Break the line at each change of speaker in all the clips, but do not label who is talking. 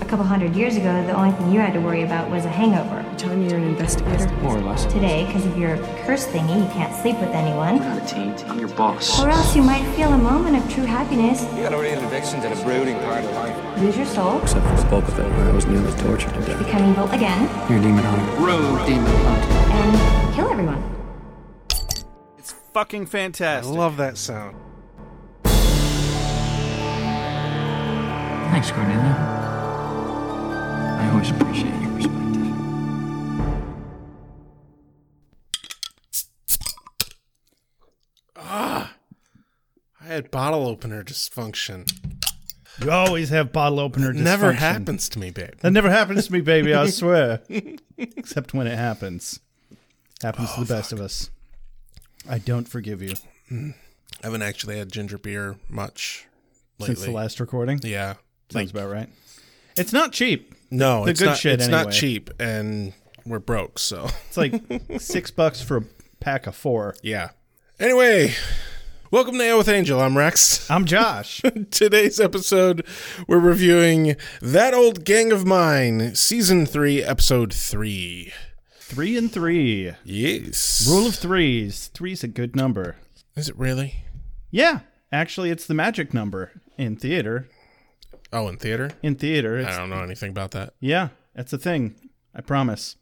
A couple hundred years ago, the only thing you had to worry about was a hangover.
You telling me you're an investigator?
More or less.
Today, because of your curse thingy, you can't sleep with anyone.
I'm a team. I'm your boss.
Or else you might feel a moment of true happiness,
You got a real addiction to the brooding part of life.
lose your soul,
Except for Bobaville, where I was nearly tortured to death.
become evil again,
You're a demon hunter.
Road demon hunter.
and kill everyone.
It's fucking
I
fantastic.
love that sound.
Thanks, Cornelia. I always appreciate your perspective.
I had bottle opener dysfunction.
You always have bottle opener.
Never
dysfunction.
happens to me, babe.
That never happens to me, baby. I swear. Except when it happens. Happens
Oh,
to the best of us. I don't forgive you
I haven't actually had ginger beer much lately.
since the last recording.
yeah.
Sounds about right. It's not cheap.
No,
The
it's
good
not.
shit
it's not
anyway.
cheap, and we're broke. So
It's like six bucks for a pack of four.
yeah. Anyway, welcome to Ale with Angel. I'm Rex.
I'm Josh.
Today's episode, we're reviewing that old gang of mine, season three, episode three.
three and three.
Yes.
Rule of threes. Three's a good number.
Is it really?
Yeah. Actually, it's the magic number in theater.
Oh, in theater.
In theater,
I
it's,
don't know anything about that.
yeah, that's a thing. I promise.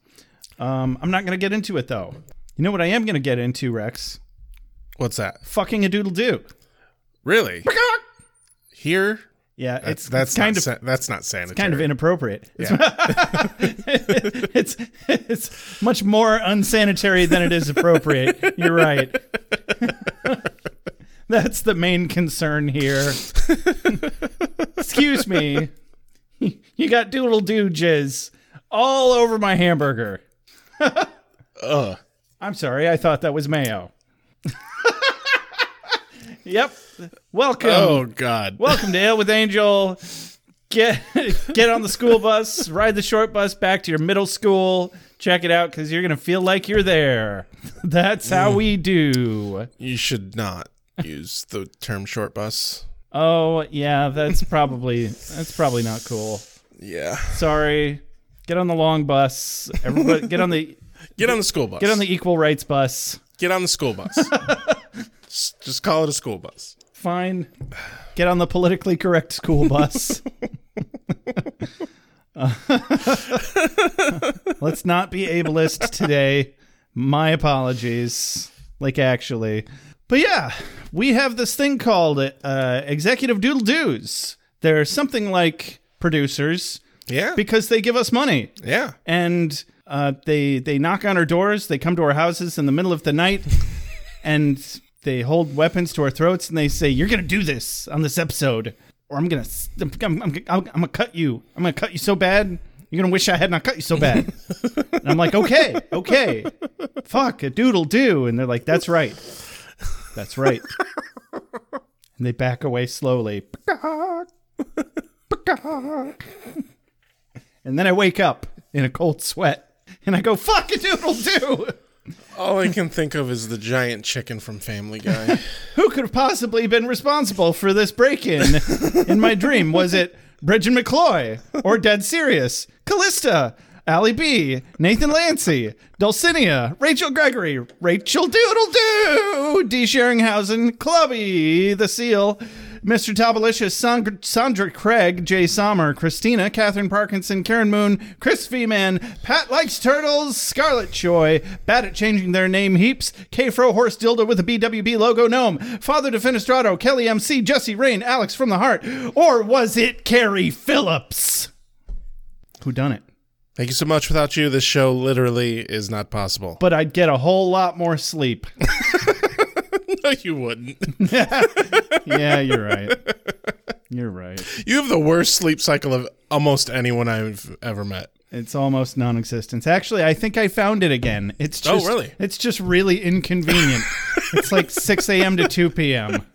Um, I'm not going to get into it, though. You know what I am going to get into, Rex?
What's that?
Fucking a doodle do.
Really? Here.
Yeah,
That's,
it's
that's
it's kind
not
of
sa- that's not sanitary.
kind of inappropriate. It's, it's it's much more unsanitary than it is appropriate. You're right. That's the main concern here. Excuse me. You got doodle doo jizz all over my hamburger.
Ugh.
I'm sorry. I thought that was mayo. yep. Welcome.
Oh God.
Welcome to Ale with Angel. Get get on the school bus, ride the short bus back to your middle school. Check it out because you're gonna feel like you're there. That's how we do.
You should not use the term short bus.
Oh yeah, that's probably that's probably not cool.
Yeah.
Sorry. Get on the long bus. Everybody, get on the
Get on the school bus.
get on the equal rights bus.
Get on the school bus. S- Just call it a school bus.
Fine. Get on the politically correct school bus. Let's not be ableist today. My apologies. Like, actually. But yeah, we have this thing called uh, executive doodle doos. They're something like producers
Yeah.
because they give us money
yeah.
and uh, they they knock on our doors. They come to our houses in the middle of the night, and they hold weapons to our throats, and they say, "You're gonna do this on this episode, or I'm gonna s- I'm, I'm, I'm, I'm gonna cut you. I'm gonna cut you so bad." You're gonna wish I had not cut you so bad. and I'm like, okay, okay, fuck a doodle do, and they're like, that's right, that's right. And they back away slowly. And then I wake up in a cold sweat, and I go, fuck a doodle do.
All I can think of is the giant chicken from Family Guy.
who could have possibly been responsible for this break-in in my dream? Was it Bridget McCloy or Dead Serious, Callista, Ally B, Nathan Lancy, Dulcinea, Rachel Gregory, Rachel Doodle Doo, D. Sheringhausen, Clubby, The Seal, Mr. Tobalicious, Sandra, Sandra Craig, Jay Sommer, Christina, Catherine Parkinson, Karen Moon, Chris Feeman, Pat Likes Turtles, Scarlet Choi, Bad at Changing Their Name Heaps, K Fro Horse Dildo with a BWB logo Gnome, Father Defenestrado, Kelly MC, Jesse Rain, Alex from the Heart, or was it Carrie Phillips? Who done it?
Thank you so much. Without you, this show literally is not possible.
But I'd get a whole lot more sleep.
no, you wouldn't.
yeah, you're right. You're right.
You have the worst sleep cycle of almost anyone I've ever met.
It's almost non-existent. Actually, I think I found it again. It's
Oh,
just,
really?
It's just really inconvenient. it's like 6 a.m. to 2 p.m.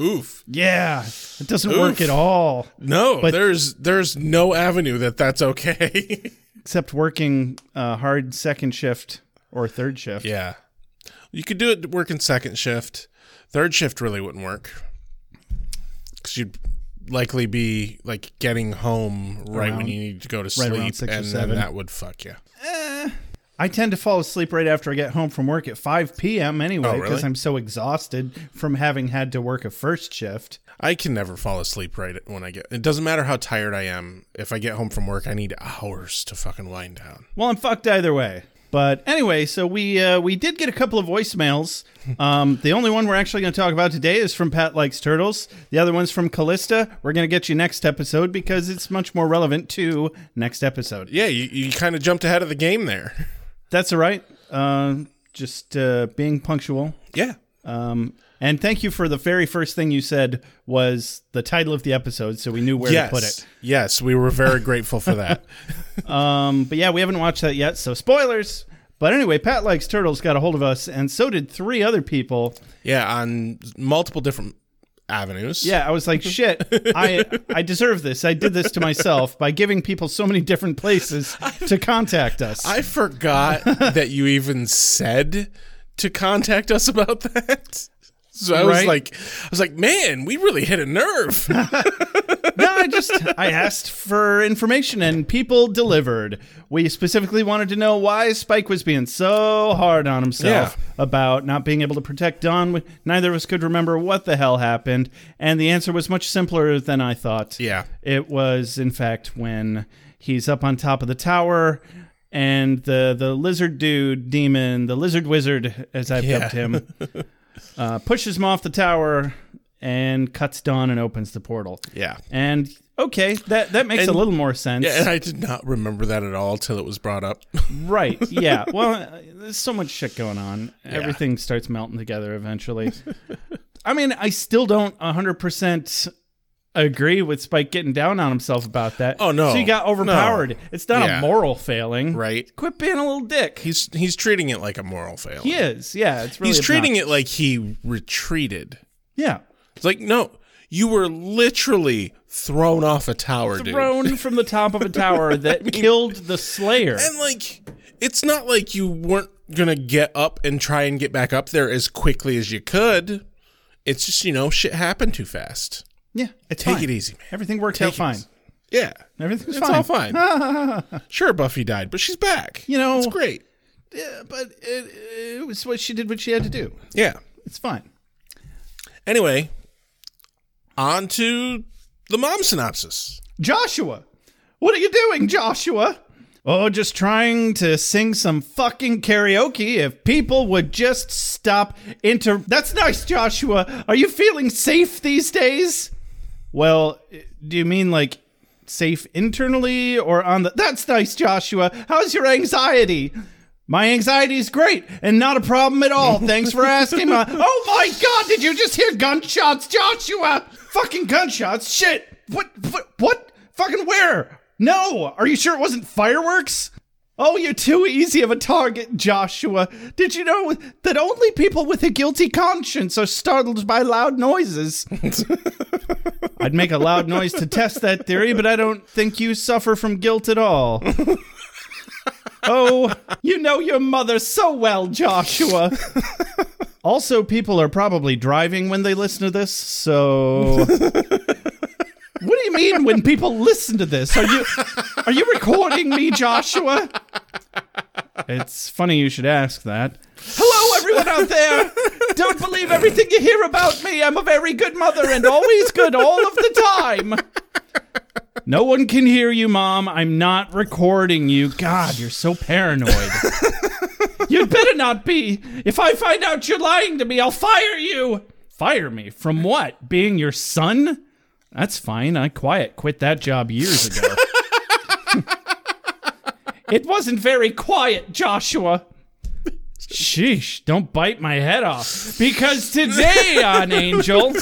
Oof.
Yeah, it doesn't work
Oof.
at all.
No,
But-
there's there's no avenue that that's okay.
Except working uh, hard second shift or third shift.
yeah. You could do it working second shift. Third shift really wouldn't work. 'Cause because you'd likely be like getting home right when
Around-
you need to go to
right around
sleep,
six or
and then
seven.
that would fuck you.
I tend to fall asleep right after I get home from work at 5 p.m. anyway
Oh, really?
because I'm so exhausted from having had to work a first shift.
I can never fall asleep right at- when I get. It doesn't matter how tired I am. If I get home from work, I need hours to fucking wind down.
Well, I'm fucked either way. But anyway, so we uh, we did get a couple of voicemails. Um, the only one we're actually going to talk about today is from Pat Likes Turtles. The other one's from Callista. We're going to get you next episode because it's much more relevant to next episode.
Yeah, you, you kind of jumped ahead of the game there.
That's all right. Uh, just uh, being punctual.
Yeah,
Um, and thank you for the very first thing you said was the title of the episode, so we knew where
yes,
to put it.
yes, we were very grateful for that.
But yeah, we haven't watched that yet, so spoilers. But anyway, Pat Likes Turtles got a hold of us, and so did three other people.
yeah, on multiple different avenues.
Yeah, I was like, shit, I I deserve this. I did this to myself by giving people so many different places to contact us.
I forgot that you even said to contact us about that. So I was
Right.
like, I was like, man, we really hit a nerve.
no, I just I asked for information and people delivered. We specifically wanted to know why Spike was being so hard on himself about not being able to protect Don. Neither of us could remember what the hell happened, and the answer was much simpler than I thought.
Yeah.
It was, in fact, when he's up on top of the tower and the, the lizard dude, demon, the lizard wizard, as I've dubbed him, uh, pushes him off the tower and cuts Dawn and opens the portal.
Yeah.
And okay, that, that makes
And-
a little more sense.
and I did not remember that at all till it was brought up.
right. Yeah. Well, uh, there's so much shit going on. Everything starts melting together eventually. I mean, I still don't 100% agree with Spike getting down on himself about that.
Oh, no.
So you got overpowered.
No.
It's not
Yeah.
a moral failing.
Right.
Quit being a little dick. He,
He's he's treating it like a moral fail.
is. Yeah. It's really
he's treating
obnoxious.
it like he retreated.
Yeah.
It's like, no, you were literally thrown off a tower, dude.
Thrown from the top of a tower that killed the Slayer.
And like, it's not like you weren't gonna get up and try and get back up there as quickly as you could. It's just you know shit happened too fast.
yeah. It's
Take
fine.
it easy, man.
Everything worked
Take
out
it
fine.
easy. Yeah,
Everything's
it's
fine.
all fine. sure, Buffy died, but she's back.
You know-
it's great.
Yeah, but it, it was what she did what she had to do.
Yeah.
It's fine.
Anyway, on to the mom synopsis.
Joshua, what are you doing, Joshua? Oh, just trying to sing some fucking karaoke. If people would just stop inter. That's nice, Joshua. Are you feeling safe these days? Well, do you mean like safe internally or on the. That's nice, Joshua. How's your anxiety? My anxiety is great and not a problem at all. Thanks for asking. My- oh my God, did you just hear gunshots, Joshua? Fucking gunshots. Shit. What, what? What? Fucking where? No. Are you sure it wasn't fireworks? Oh, you're too easy of a target, Joshua. Did you know that only people with a guilty conscience are startled by loud noises? I'd make a loud noise to test that theory, but I don't think you suffer from guilt at all. Oh, you know your mother so well, Joshua. also, people are probably driving when they listen to this, so. what do you mean when people listen to this? Are you are you recording me, Joshua? It's funny you should ask that. Hello, everyone out there! Don't believe everything you hear about me. I'm a very good mother and always good all of the time. No one can hear you, Mom. I'm not recording you. God, you're so paranoid. You'd better not be. If I find out you're lying to me, I'll fire you. Fire me? From what? Being your son? That's fine. I quiet quit that job years ago. it wasn't very quiet, Joshua. Sheesh, don't bite my head off. Because today on Angel,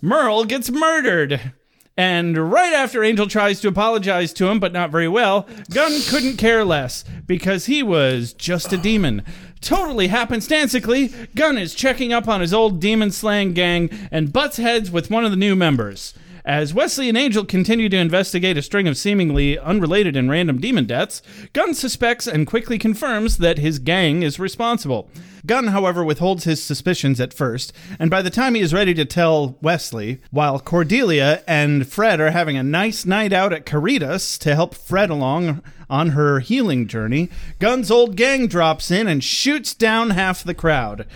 Merle gets murdered. And right after Angel tries to apologize to him, but not very well, Gunn couldn't care less because he was just a demon. Totally happenstancically, Gunn is checking up on his old demon slaying gang and butts heads with one of the new members. As Wesley and Angel continue to investigate a string of seemingly unrelated and random demon deaths, Gunn suspects and quickly confirms that his gang is responsible. Gunn, however, withholds his suspicions at first, and by the time he is ready to tell Wesley, while Cordelia and Fred are having a nice night out at Caritas to help Fred along on her healing journey, Gunn's old gang drops in and shoots down half the crowd.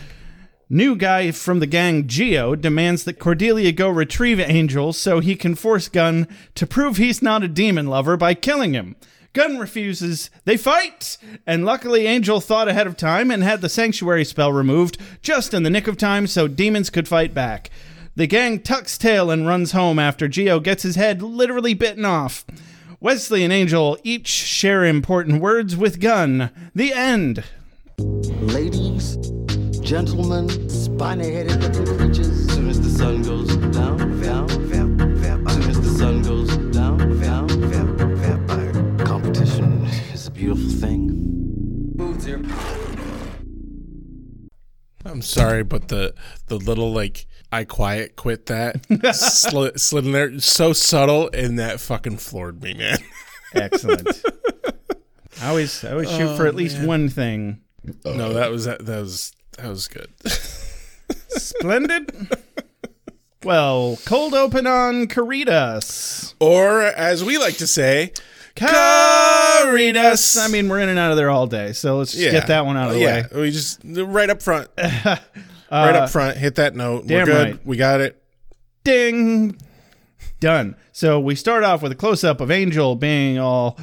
New guy from the gang, Geo, demands that Cordelia go retrieve Angel so he can force Gunn to prove he's not a demon lover by killing him. Gunn refuses. They fight! And luckily, Angel thought ahead of time and had the sanctuary spell removed just in the nick of time so demons could fight back. The gang tucks tail and runs home after Geo gets his head literally bitten off. Wesley and Angel each share important words with Gunn. The end.
Ladies, gentlemen, spiny headed looking creatures. Soon as the sun goes down, down, down, down. Soon as the sun goes down, down, down, vampire. Competition is a beautiful thing.
I'm sorry, but the the little like I quiet quit that sli- slid in there so subtle and that fucking floored me, man.
Excellent. I always, I always shoot
Oh,
for at least one thing.
No, that was that, that was that was good.
Splendid. well, cold open on Caritas.
or as we like to say,
Caritas. I mean, we're in and out of there all day, so let's just get that one out of the way. Uh,
yeah, we just right up front, right up front, hit that note.
damn
We're good.
right.
We got it.
Ding. Done. So we start off with a close up of Angel being all,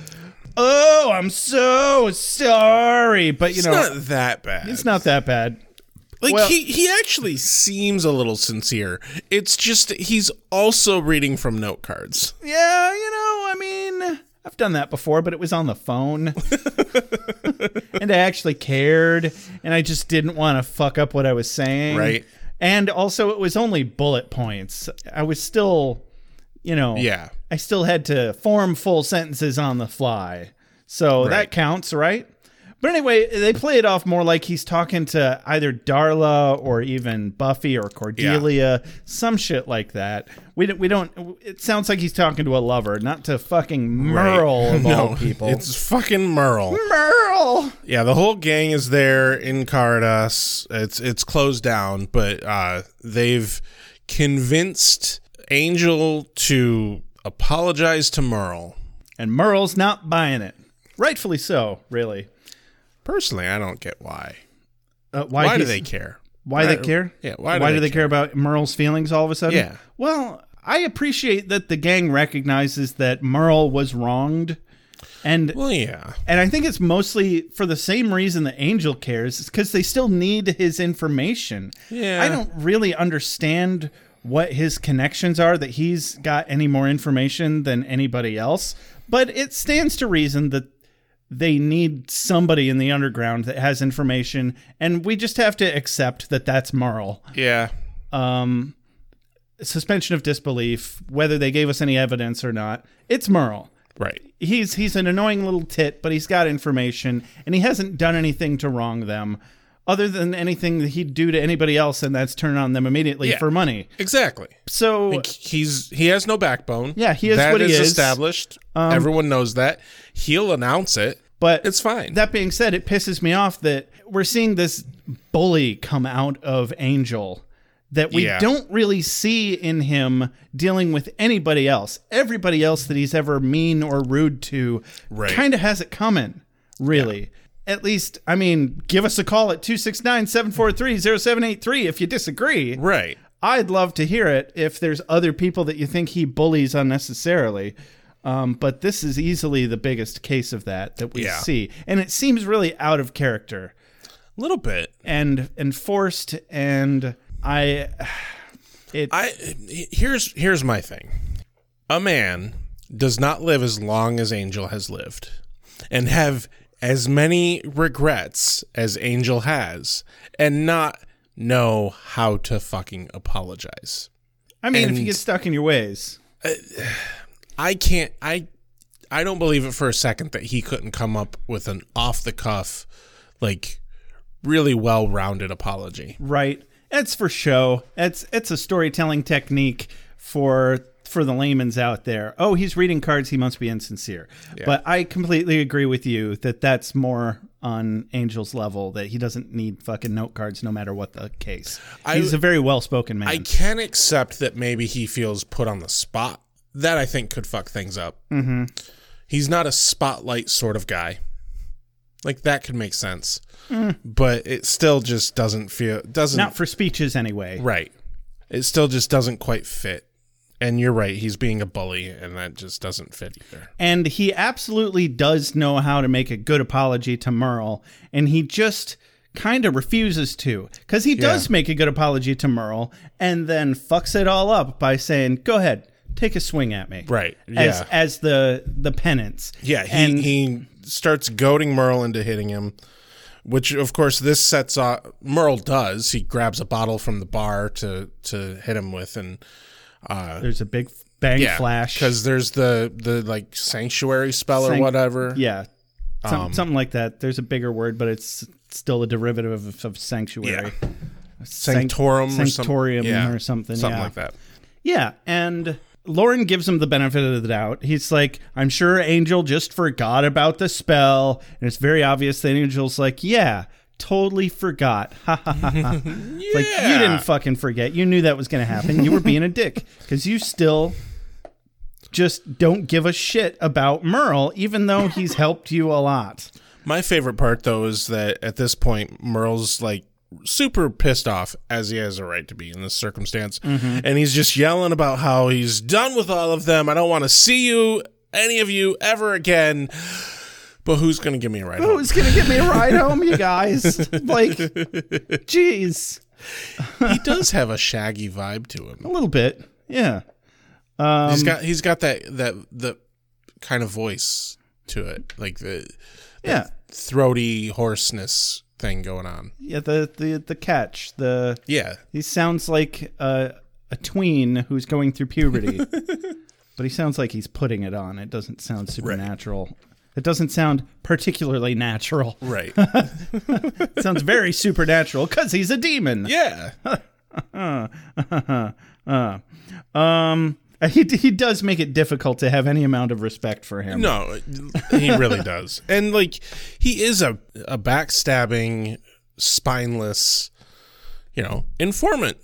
"Oh, I'm so sorry," but you
It's
know,
not that bad.
it's not that bad.
Like
Well-
he he actually seems a little sincere. It's just he's also reading from note cards.
Yeah, you know, I mean, I've done that before, but it was on the phone. and I actually cared, and I just didn't want to fuck up what I was saying.
Right.
And also, it was only bullet points. I was still, you know,
Yeah.
I still had to form full sentences on the fly. So that
Right.
counts, right? But anyway, they play it off more like he's talking to either Darla or even Buffy or Cordelia, some shit like that. We don't, we don't. It sounds like he's talking to a lover, not to fucking Merle of all people.
It's fucking Merle.
Merle.
Yeah, the whole gang is there in Cardas. It's it's closed down, but uh, they've convinced Angel to apologize to Merle.
And Merle's not buying it. Rightfully so, really.
Personally, I don't get why.
Uh, why
Why do
he's-
they care?
Why they
Why-
care?
yeah, why do
do
they
they care? about Merle's feelings all of a sudden?
Yeah.
Well, I appreciate that the gang recognizes that Merle was wronged, and
Well, yeah,
and I think it's mostly for the same reason that Angel cares, is because they still need his information.
Yeah.
I don't really understand what his connections are that he's got any more information than anybody else, but it stands to reason that they need somebody in the underground that has information, and we just have to accept that that's Merle
yeah.
um, suspension of disbelief, whether they gave us any evidence or not. It's Merle.
Right.
He's he's an annoying little tit, but he's got information, and he hasn't done anything to wrong them, other than anything that he'd do to anybody else, and that's turn on them immediately
Yeah.
for money.
Exactly.
So
Like, he's he has no backbone.
Yeah, he is
That
what he is. Um,
established. Everyone knows that. He'll announce it.
But
It's fine.
That being said, it pisses me off that we're seeing this bully come out of Angel that we
Yeah.
don't really see in him dealing with anybody else. Everybody else that he's ever mean or rude to
Right.
kind of has it coming, really. At least, I mean, give us a call at 269 743 0783 if you disagree.
Right.
I'd love to hear it if there's other people that you think he bullies unnecessarily. Um, but this is easily the biggest case of that that we
Yeah.
see, and it seems really out of character
A little bit.
and and forced. And I,
I here's here's my thing. A man does not live as long as Angel has lived and have as many regrets as Angel has and not know how to fucking apologize.
I mean, if you
And-
get stuck in your ways,
I can't I I don't believe it for a second that he couldn't come up with an off the cuff like really well-rounded apology.
right? It's for show. It's it's a storytelling technique for for the layman's out there, oh, he's reading cards, he must be insincere. But I completely agree with you that that's more on Angel's level that he doesn't need fucking note cards no matter what the case.
I-
he's a very well spoken man.
I can accept that maybe he feels put on the spot. That I think could fuck things up. Mm-hmm. He's not a spotlight sort of guy. Like that could make sense, but it still just doesn't feel doesn't
Mm. Not for speeches anyway.
right. It still just doesn't quite fit. And you're right. He's being a bully, and that just doesn't fit either.
and he absolutely does know how to make a good apology to Merle, and he just kind of refuses to because he does make a good apology to Merle and then fucks it all up by saying, "Go ahead, take a swing at me,"
Right,
As
yeah.
as the the penance,
Yeah, he,
and
he starts goading Merle into hitting him, which of course this sets off. Merle does. He grabs a bottle from the bar to to hit him with, and
there's a big bang flash
because there's the the like sanctuary spell or
Sanct-
whatever.
yeah, Some,
um,
something like that. There's a bigger word, but it's still a derivative of, of sanctuary,
Yeah.
Sanct-
Sanctorum, or some-
sanctorium,
yeah,
or something,
something
yeah.
like that.
Yeah, and Lauren gives him the benefit of the doubt. He's like, I'm sure Angel just forgot about the spell. And it's very obvious that Angel's like, Yeah, totally forgot. Ha ha ha ha. It's Like, you didn't fucking forget. You knew that was going to happen. You were being a dick because you still just don't give a shit about Merle, even though he's helped you a lot.
My favorite part though is that at this point Merle's like super pissed off as he has a right to be in this circumstance
Mm-hmm.
and he's just yelling about how he's done with all of them. I don't want to see you any of you ever again. But who's going to give me a ride? home?
Who's going to give me a ride home, you guys? Like, jeez.
He does have a shaggy vibe to him.
A little bit. Yeah. Um,
he's got he's got that that the kind of voice to it. Like the
Yeah.
throaty hoarseness thing going on.
Yeah, the the the catch. The
Yeah.
he sounds like a a tween who's going through puberty, but he sounds like he's putting it on. It doesn't sound supernatural. It doesn't sound particularly natural.
Right.
It sounds very supernatural because he's a demon.
yeah.
Um, he he does make it difficult to have any amount of respect for him.
No, he really does. And like he is a a backstabbing, spineless, you know, informant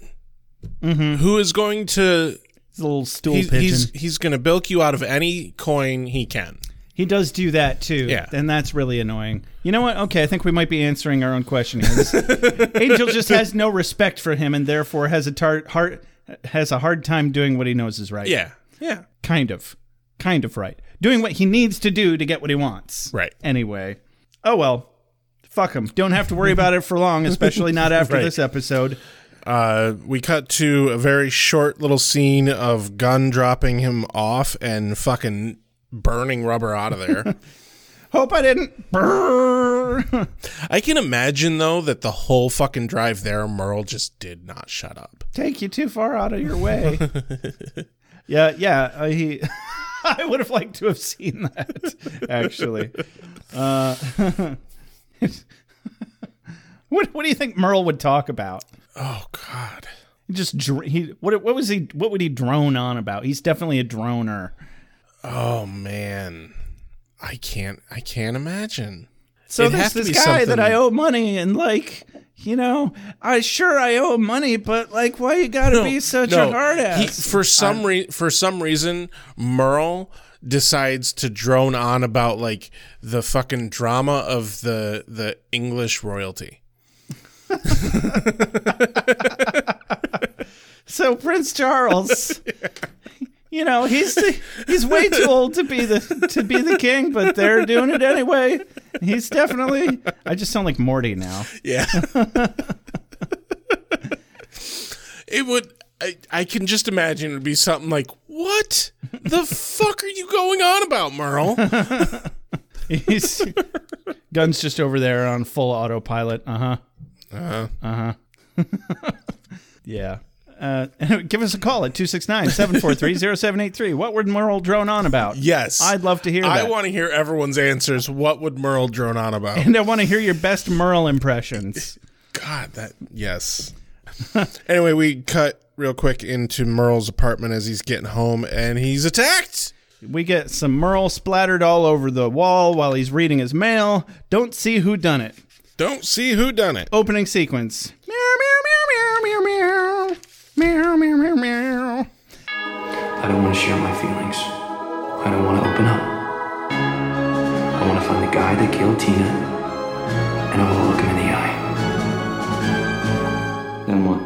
who is going to
he's a little stool
he's
pigeon.
he's, he's going to bilk you out of any coin he can.
He does do that too.
Yeah.
And that's really annoying. You know what? Okay, I think we might be answering our own question here. This- Angel just has no respect for him and therefore has a tar- heart has a hard time doing what he knows is right.
Yeah. Yeah.
Kind of. Kind of right. Doing what he needs to do to get what he wants.
Right.
Anyway. Oh well. Fuck him. Don't have to worry about it for long, especially not after
Right.
this episode.
Uh, we cut to a very short little scene of gun dropping him off and fucking burning rubber out of there.
Hope I didn't. Brrr.
I can imagine though that the whole fucking drive there, Merle just did not shut up.
take you too far out of your way. yeah, yeah. Uh, he, I would have liked to have seen that actually. Uh, what What do you think Merle would talk about?
Oh God.
He Just dr- he. What What was he? What would he drone on about? He's definitely a droner.
Oh man, I can't. I can't imagine.
So
It'd
there's
have to
this
be
guy that
something-
I owe money and like. You know, I sure I owe him money, but like, why you gotta be such a hard ass?
He- for some re- for some reason, Merle decides to drone on about like the fucking drama of the the English royalty.
So Prince Charles, you know, he's he's way too old to be the to be the king, but they're doing it anyway. He's definitely. I just sound like Morty now.
Yeah. it would. I, I can just imagine it would be something like, "What the fuck are you going on about, Merle?"
He's guns just over there on full autopilot. Uh huh. Uh huh. Uh huh.
Uh-huh.
yeah. Uh, give us a call at 269-743-0783. What would Merle drone on about?
Yes,
I'd love to hear
I
that.
want to hear everyone's answers. What would Merle drone on about?
and I want to hear your best Merle impressions.
God, that yes. anyway, we cut real quick into Merle's apartment as he's getting home and he's attacked.
We get some Merle splattered all over the wall while he's reading his mail. Don't see who done it.
Don't see who done it.
Opening sequence. Meow meow meow meow meow meow meow meow meow meow.
I don't want to share my feelings. I don't want to open up. I want to find the guy that killed Tina, and I want to look him in the eye.
Then what?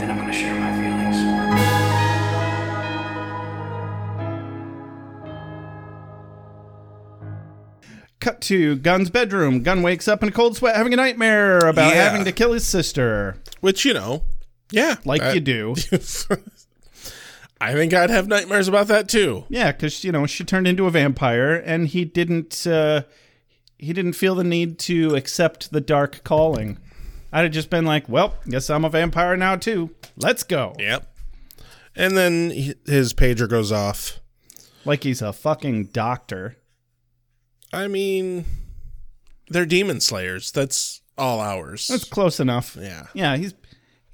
Then I'm going to share my feelings.
Cut to Gun's bedroom. Gun wakes up in a cold sweat, having a nightmare about
Yeah.
having to kill his sister,
Which, you know, yeah.
like
I-
you do.
I think I'd have nightmares about that too.
Yeah, because you know she turned into a vampire, and he didn't. Uh, he didn't feel the need to accept the dark calling. I'd have just been like, "Well, guess I'm a vampire now too. Let's go."
Yep. And then he, his pager goes off.
Like he's a fucking doctor.
I mean, they're demon slayers. That's all ours.
That's close enough.
Yeah.
yeah. He's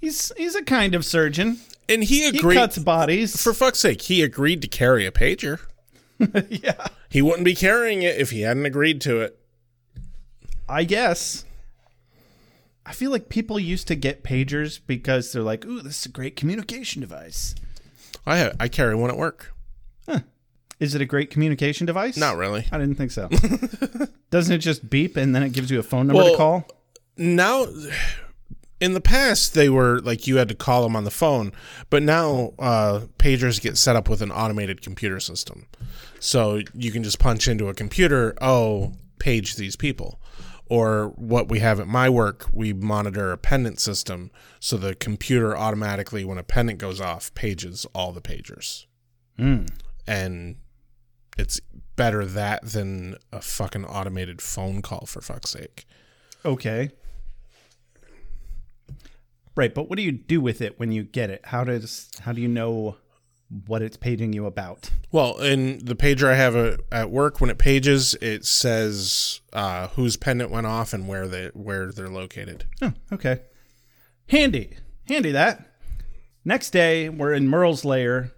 he's he's a kind of surgeon.
and he
He
agreed.
cuts bodies.
for fuck's sake, he agreed to carry a pager.
yeah,
He wouldn't be carrying it if he hadn't agreed to it.
I guess. I feel like people used to get pagers because they're like, "Ooh, this is a great communication device."
I have, I carry one at work.
Is it a great communication device?
Not really.
I didn't think so. Doesn't it just beep and then it gives you a phone number to
Well-
call?
Now, in the past, they were like you had to call them on the phone, but now uh, pagers get set up with an automated computer system, so you can just punch into a computer. Oh, page these people. Or what we have at my work, we monitor a pendant system, so the computer automatically, when a pendant goes off, pages all the pagers, and it's better that than a fucking automated phone call for fuck's sake.
Okay. Right, but what do you do with it when you get it? How does how do you know what it's paging you about?
Well, in the pager I have uh at work, when it pages, it says uh, whose pendant went off and where they where they're located.
Oh, okay. Handy. Handy that. Next day, we're in Merle's lair.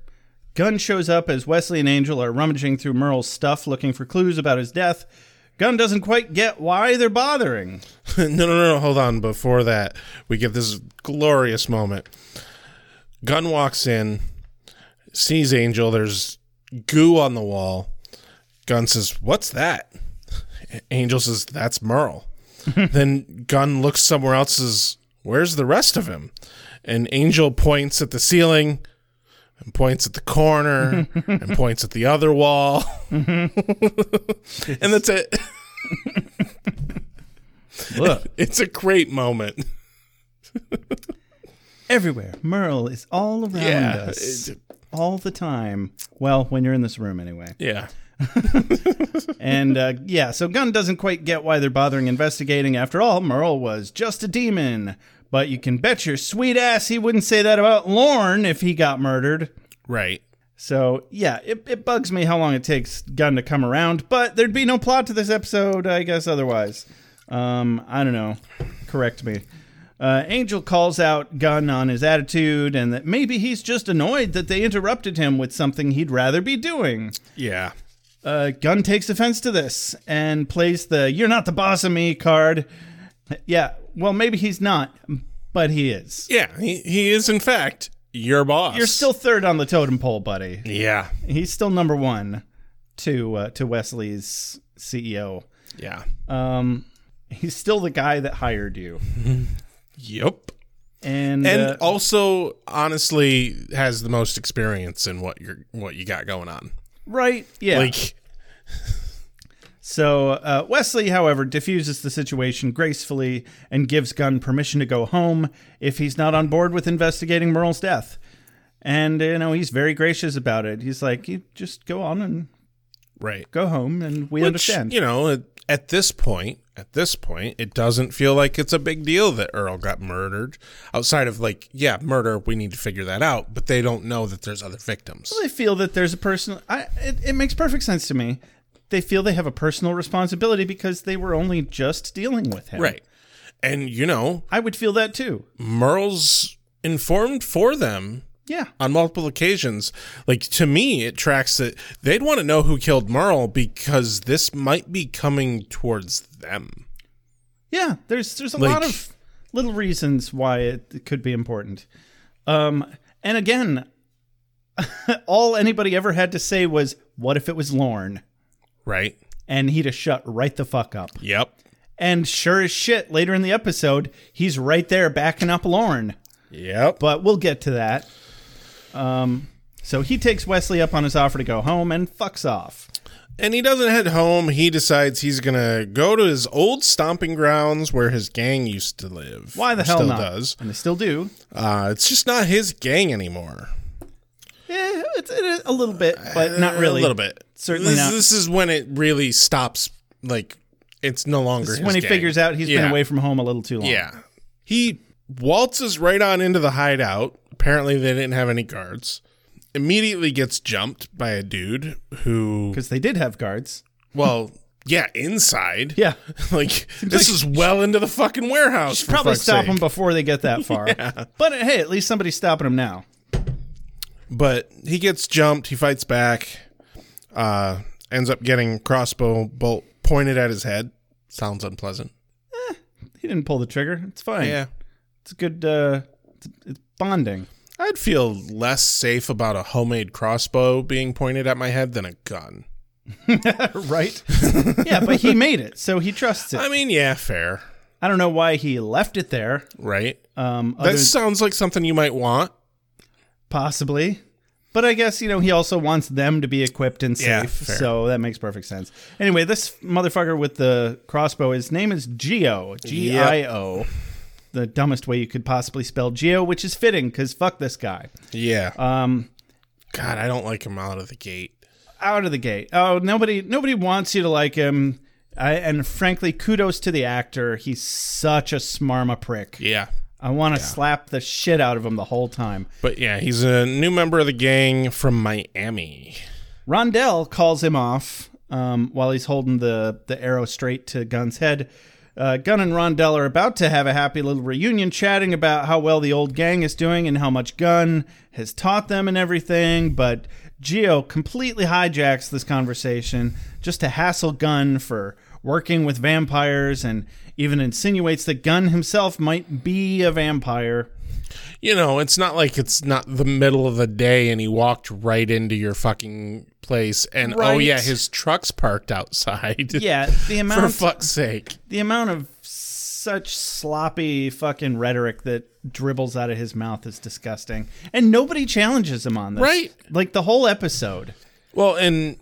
Gunn shows up as Wesley and Angel are rummaging through Merle's stuff looking for clues about his death. Gunn doesn't quite get why they're bothering.
no, no, no, hold on. Before that, we get this glorious moment. Gun walks in, sees Angel. There's goo on the wall. Gun says, "What's that?" Angel says, "That's Merle." then Gun looks somewhere else. Says, "Where's the rest of him?" And Angel points at the ceiling, and points at the corner, and points at the other wall, and that's it.
Look.
It's a great moment.
everywhere. Merle is all around
Yeah,
us. all the time. Well, when you're in this room anyway.
Yeah.
And uh, yeah, so Gunn doesn't quite get why they're bothering investigating. After all, Merle was just a demon. But you can bet your sweet ass he wouldn't say that about Lorne if he got murdered.
Right.
So yeah, it, it bugs me how long it takes Gunn to come around, but there'd be no plot to this episode, I guess, otherwise. Um, I don't know. Correct me. Uh, Angel calls out Gunn on his attitude and that maybe he's just annoyed that they interrupted him with something he'd rather be doing.
Yeah.
Uh, Gunn takes offense to this and plays the You're not the boss of me card. Yeah, well, maybe he's not, but he is.
Yeah, he, he is in fact your boss.
You're still third on the totem pole, buddy.
Yeah.
he's still number one to uh, to Wesley's CEO.
Yeah.
Um, he's still the guy that hired you,
yep.
and
And
uh,
also honestly has the most experience in what you're what you got going on.
right, yeah.
Like
so uh, Wesley, however, diffuses the situation gracefully and gives Gunn permission to go home if he's not on board with investigating Merle's death. And you know he's very gracious about it. He's like, "You just go on and
right.
go home, and we
Which,
understand."
You know, at, at this point, at this point, it doesn't feel like it's a big deal that Earl got murdered. Outside of like, yeah, murder, we need to figure that out, but they don't know that there's other victims.
they feel that there's a personal I, it, it makes perfect sense to me they feel they have a personal responsibility because they were only just dealing with him
Right. And you know,
i would feel that too
Merle's informed for them
Yeah.
on multiple occasions. Like to me, it tracks that they'd want to know who killed Merle because this might be coming towards them.
Yeah, there's there's a
Like-
lot of little reasons why it could be important. Um, and again, all anybody ever had to say was, "What if it was Lorne?"
Right?
And he'd have shut right the fuck up.
Yep.
And sure as shit, later in the episode, he's right there backing up Lorne.
Yep.
But we'll get to that. Um, so he takes Wesley up on his offer to go home and fucks off.
And he doesn't head home. He decides he's going to go to his old stomping grounds where his gang used to live.
Why the
Or
hell
still
not?
does.
And they still do.
Uh, it's just not his gang anymore.
Yeah, it's, it is a little bit, but not really.
Uh, A little bit.
Certainly
this,
not.
This is when it really stops. Like, it's no longer
This is
his
when he
gang.
figures out he's been
Yeah.
away from home a little too long.
Yeah. He waltzes right on into the hideout. Apparently, they didn't have any guards. Immediately gets jumped by a dude who,
Because they did have guards.
well, yeah, inside.
Yeah.
Like, this is well into the fucking warehouse.
Should
for
probably
fuck's
stop
sake.
them before they get that far. But uh, hey, at least somebody's stopping them now.
But he gets jumped. He fights back. Uh, ends up getting crossbow bolt pointed at his head. Sounds unpleasant.
He didn't pull the trigger. It's fine. It's a good uh it's, it's bonding.
I'd feel less safe about a homemade crossbow being pointed at my head than a gun.
Right? yeah, but he made it, so he trusts it.
I mean, yeah, fair,
I don't know why he left it there.
right?
Um
That
other,
sounds like something you might want.
possibly. But I guess, you know, he also wants them to be equipped and safe.
Yeah, fair.
so that makes perfect sense. Anyway, this motherfucker with the crossbow, his name is Geo. G I O. The dumbest way you could possibly spell Geo, which is fitting because fuck this guy.
Yeah.
Um,
God, I don't like him out of the gate.
out of the gate. Oh, nobody nobody wants you to like him. I, and frankly, kudos to the actor. He's such a smarma prick.
Yeah.
I want to slap the shit out of him the whole time.
But yeah, he's a new member of the gang from Miami.
Rondell calls him off um, while he's holding the, the arrow straight to Gun's head. Uh, Gun and Rondell are about to have a happy little reunion, chatting about how well the old gang is doing and how much Gun has taught them and everything. But Geo completely hijacks this conversation just to hassle Gun for working with vampires and even insinuates that Gun himself might be a vampire.
You know, it's not like it's not the middle of the day and he walked right into your fucking place and oh
Right.
yeah, his truck's parked outside.
Yeah, the
For
amount
fuck's sake.
the amount of such sloppy fucking rhetoric that dribbles out of his mouth is disgusting. And nobody challenges him on this.
Right.
Like the whole episode.
Well, and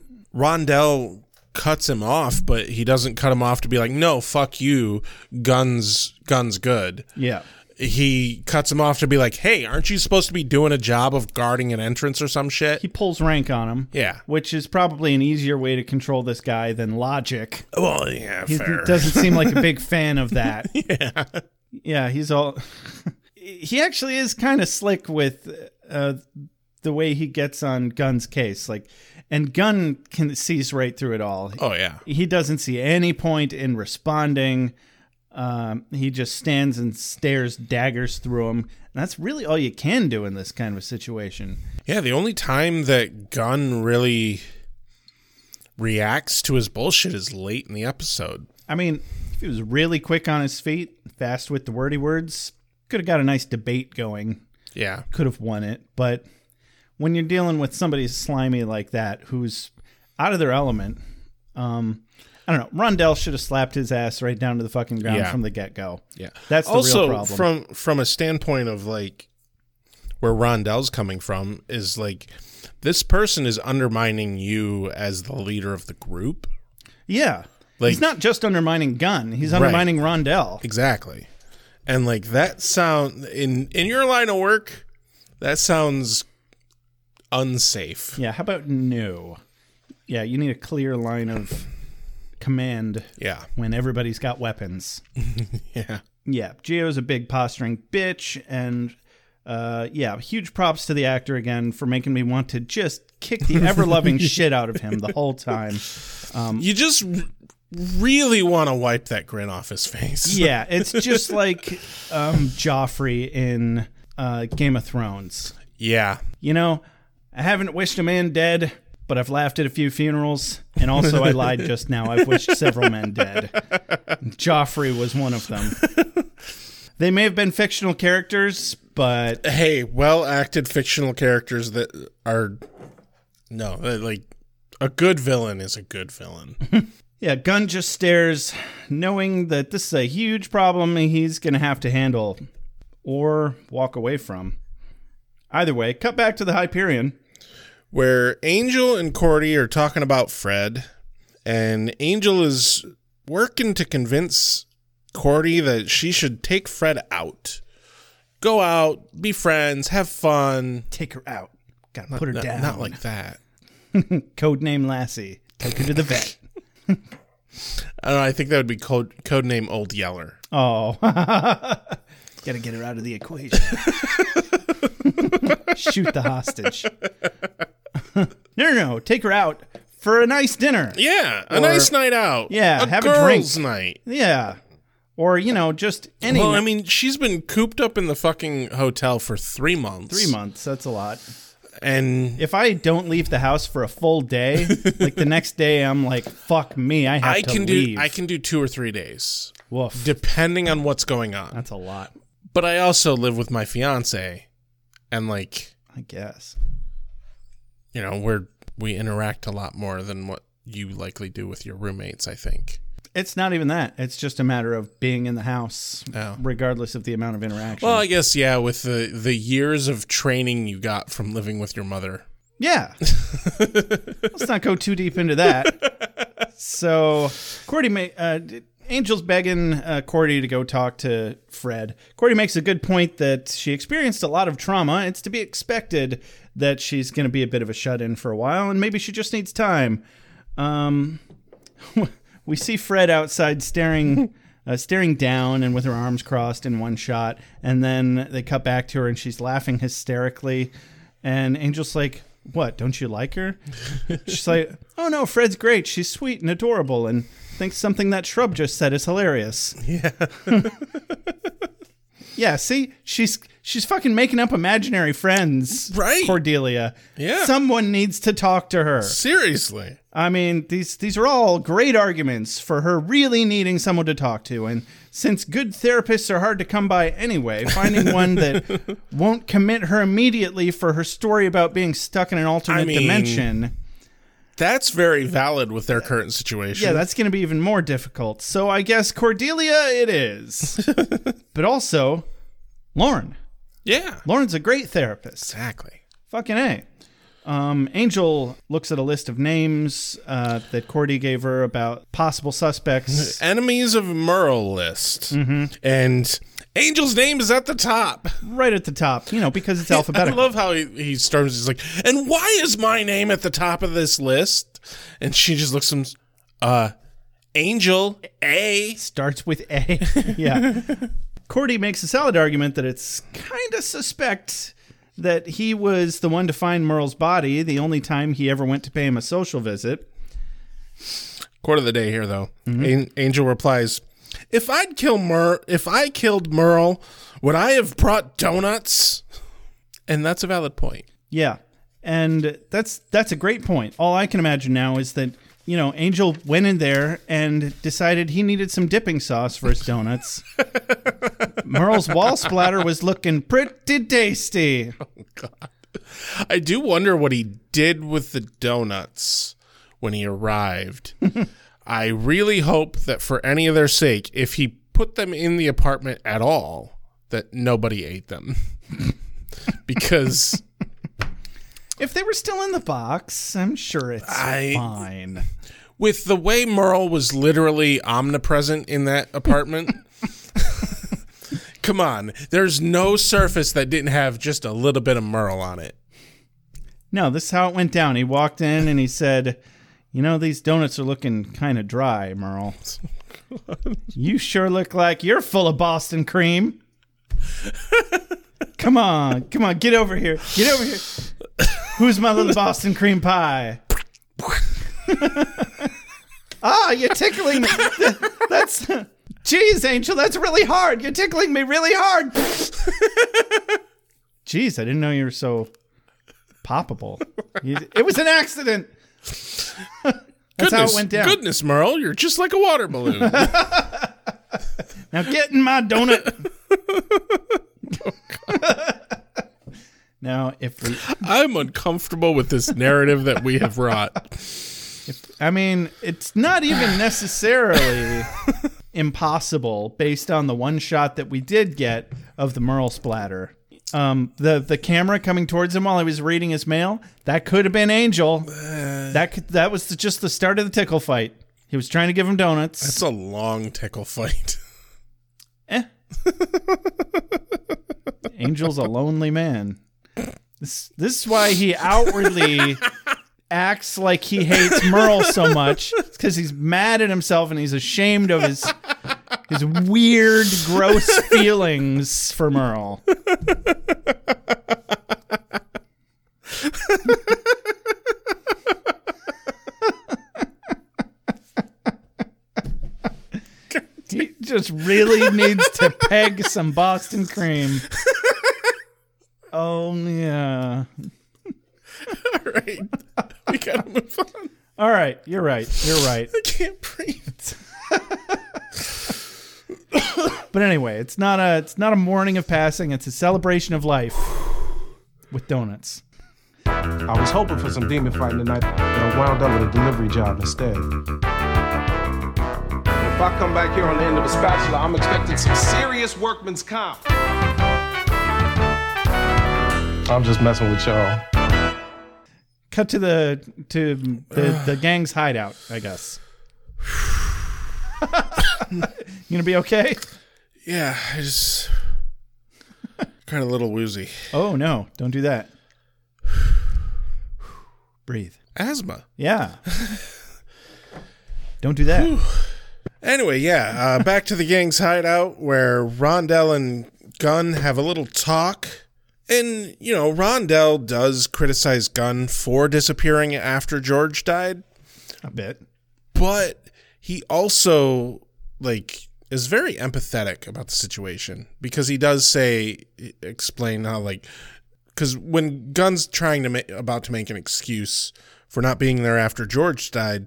Rondell cuts him off, but he doesn't cut him off to be like, "No, fuck you. Guns guns good."
Yeah.
he cuts him off to be like, "Hey, aren't you supposed to be doing a job of guarding an entrance or some shit?"
He pulls rank on him.
Yeah.
Which is probably an easier way to control this guy than logic.
well, yeah,
He
fair.
doesn't seem like a big fan of that. yeah. Yeah, he's all. he actually is kind of slick with uh, the way he gets on Gunn's case. Like, and Gunn can sees right through it all.
oh yeah,
he doesn't see any point in responding. Um, he just stands and stares daggers through him. And that's really all you can do in this kind of a situation.
yeah. The only time that Gunn really reacts to his bullshit is late in the episode.
I mean, if he was really quick on his feet, fast with the wordy words, could have got a nice debate going,
Yeah,
could have won it. But when you're dealing with somebody slimy like that, who's out of their element, um, I don't know. Rondell should have slapped his ass right down to the fucking ground
Yeah.
from the get go.
yeah.
That's the real
also
problem.
from from a standpoint of like where Rondell's coming from is like this person is undermining you as the leader of the group.
Yeah.
Like-
he's not just undermining Gunn, he's undermining Rondell.
Exactly. And like that sound in in your line of work, that sounds unsafe.
Yeah, how about no? Yeah, you need a clear line of command
Yeah.
when everybody's got weapons.
Yeah.
Yeah, Gio's a big posturing bitch and uh, yeah, huge props to the actor again for making me want to just kick the ever loving shit out of him the whole time.
You just r- really want to wipe that grin off his face.
Yeah, it's just like um, Joffrey in uh, Game of Thrones.
Yeah.
You know, I haven't wished a man dead, but I've laughed at a few funerals, and also I lied just now. I've wished several men dead. Joffrey was one of them. They may have been fictional characters, but
Hey, well acted fictional characters that are no uh, like a good villain is a good villain.
yeah, Gunn just stares, knowing that this is a huge problem he's going to have to handle or walk away from. Either way, cut back to the Hyperion.
where Angel and Cordy are talking about Fred, and Angel is working to convince Cordy that she should take Fred out. Go out, be friends, have fun.
Take her out. Gotta put her
No,
down.
Not like that.
Codename Lassie. Take her to the vet.
I don't know, I think that would be code codename Old Yeller.
Oh. Gotta get her out of the equation. Shoot the hostage. no, no, no. Take her out for a nice dinner.
Yeah, a
Or-
nice night out.
Yeah,
a
have a
girls'
drink.
night.
Yeah. Or, you know, just any
Well, I mean, she's been cooped up in the fucking hotel for three months.
three months. That's a lot.
and
If I don't leave the house for a full day, like the next day, I'm like, fuck me. I have
I
to
can
leave.
do I can do two or three days,
Woof.
depending on what's going on.
That's a lot,
but I also live with my fiance, and like
I guess.
you know, we're we interact a lot more than what you likely do with your roommates. I think.
It's not even that. It's just a matter of being in the house,
Oh.
regardless of the amount of interaction.
Well, I guess yeah. With the the years of training you got from living with your mother,
Yeah. Let's not go too deep into that. So, Cordy, ma- uh, d- Angel's begging uh, Cordy to go talk to Fred. Cordy makes a good point that she experienced a lot of trauma. It's to be expected that she's going to be a bit of a shut in for a while, and maybe she just needs time. Um, we see Fred outside staring. Uh, staring down and with her arms crossed in one shot, and then they cut back to her and she's laughing hysterically. And Angel's like, What? Don't you like her? She's like, Oh no, Fred's great. She's sweet and adorable and thinks something that shrub just said is hilarious. Yeah. yeah, see? She's she's fucking making up imaginary friends.
Right.
Cordelia.
Yeah.
Someone needs to talk to her.
seriously,
I mean, these these are all great arguments for her really needing someone to talk to. And since good therapists are hard to come by anyway, finding one that won't commit her immediately for her story about being stuck in an alternate
I mean-
dimension,
that's very valid with their current situation.
yeah, that's going to be even more difficult. So I guess Cordelia it is. but also, Lauren.
yeah,
Lauren's a great therapist.
exactly.
Fucking A. Um, Angel looks at a list of names uh, that Cordy gave her about possible suspects.
Enemies of Merle list, and Angel's name is at the top.
right at the top, you know, because it's
I
alphabetical.
love how he, he starts. He's like, and why is my name at the top of this list? And she just looks him, uh, Angel A.
Starts with A. yeah. Cordy makes a solid argument that it's kind of suspect that he was the one to find Merle's body the only time he ever went to pay him a social visit.
Quarter of the day here, though. An- Angel replies, "If I'd kill Mer, if I killed Merle, would I have brought donuts?" And that's a valid point.
Yeah. And that's that's a great point. All I can imagine now is that, you know, Angel went in there and decided he needed some dipping sauce for his donuts. Merle's wall splatter was looking pretty tasty.
I do wonder what he did with the donuts when he arrived. I really hope that for any of their sake, if he put them in the apartment at all, that nobody ate them. because
If they were still in the box, I'm sure it's
I-
fine.
with the way Merle was literally omnipresent in that apartment, come on, there's no surface that didn't have just a little bit of Merle on it.
No, this is how it went down. He walked in and he said, "You know these donuts are looking kind of dry, Merle. you sure look like you're full of Boston cream." come on, come on, get over here, get over here. Who's my little Boston cream pie? ah, you're tickling me. That's. Jeez, Angel, that's really hard. You're tickling me really hard. Jeez, I didn't know you were so poppable. You- it was an accident. That's how it
Goodness,
went down.
goodness, Merle, you're just like a water balloon.
Now get in my donut. now, if we,
I'm uncomfortable with this narrative that we have wrought.
I mean, it's not even necessarily impossible based on the one shot that we did get of the Merle splatter. Um, the the camera coming towards him while he was reading his mail that could have been Angel. that could, that was just the start of the tickle fight. He was trying to give him donuts.
It's a long tickle fight.
Eh. Angel's a lonely man. This this is why he outwardly acts like he hates Merle so much. It's because he's mad at himself and he's ashamed of his his weird, gross feelings for Merle. He just really needs to peg some Boston cream. Oh yeah.
All right. We gotta move on.
All right, you're right. You're right.
I can't breathe.
But anyway, it's not a it's not a mourning of passing. It's a celebration of life with donuts.
I was hoping for some demon fighting tonight, but I wound up with a delivery job instead. If I come back here on the end of a spatula, I'm expecting some serious workman's comp. I'm just messing with y'all.
Cut to the to the, the gang's hideout, I guess. you gonna be okay?
Yeah, I just got a little woozy.
Oh no! Don't do that. Breathe.
Asthma.
Yeah. Don't do that.
Anyway, yeah, uh, back to the gang's hideout where Rondell and Gunn have a little talk. And, you know, Rondell does criticize Gunn for disappearing after George died,
A bit.
but he also, like, is very empathetic about the situation because he does say, explain how, like, because when Gunn's trying to make, about to make an excuse for not being there after George died,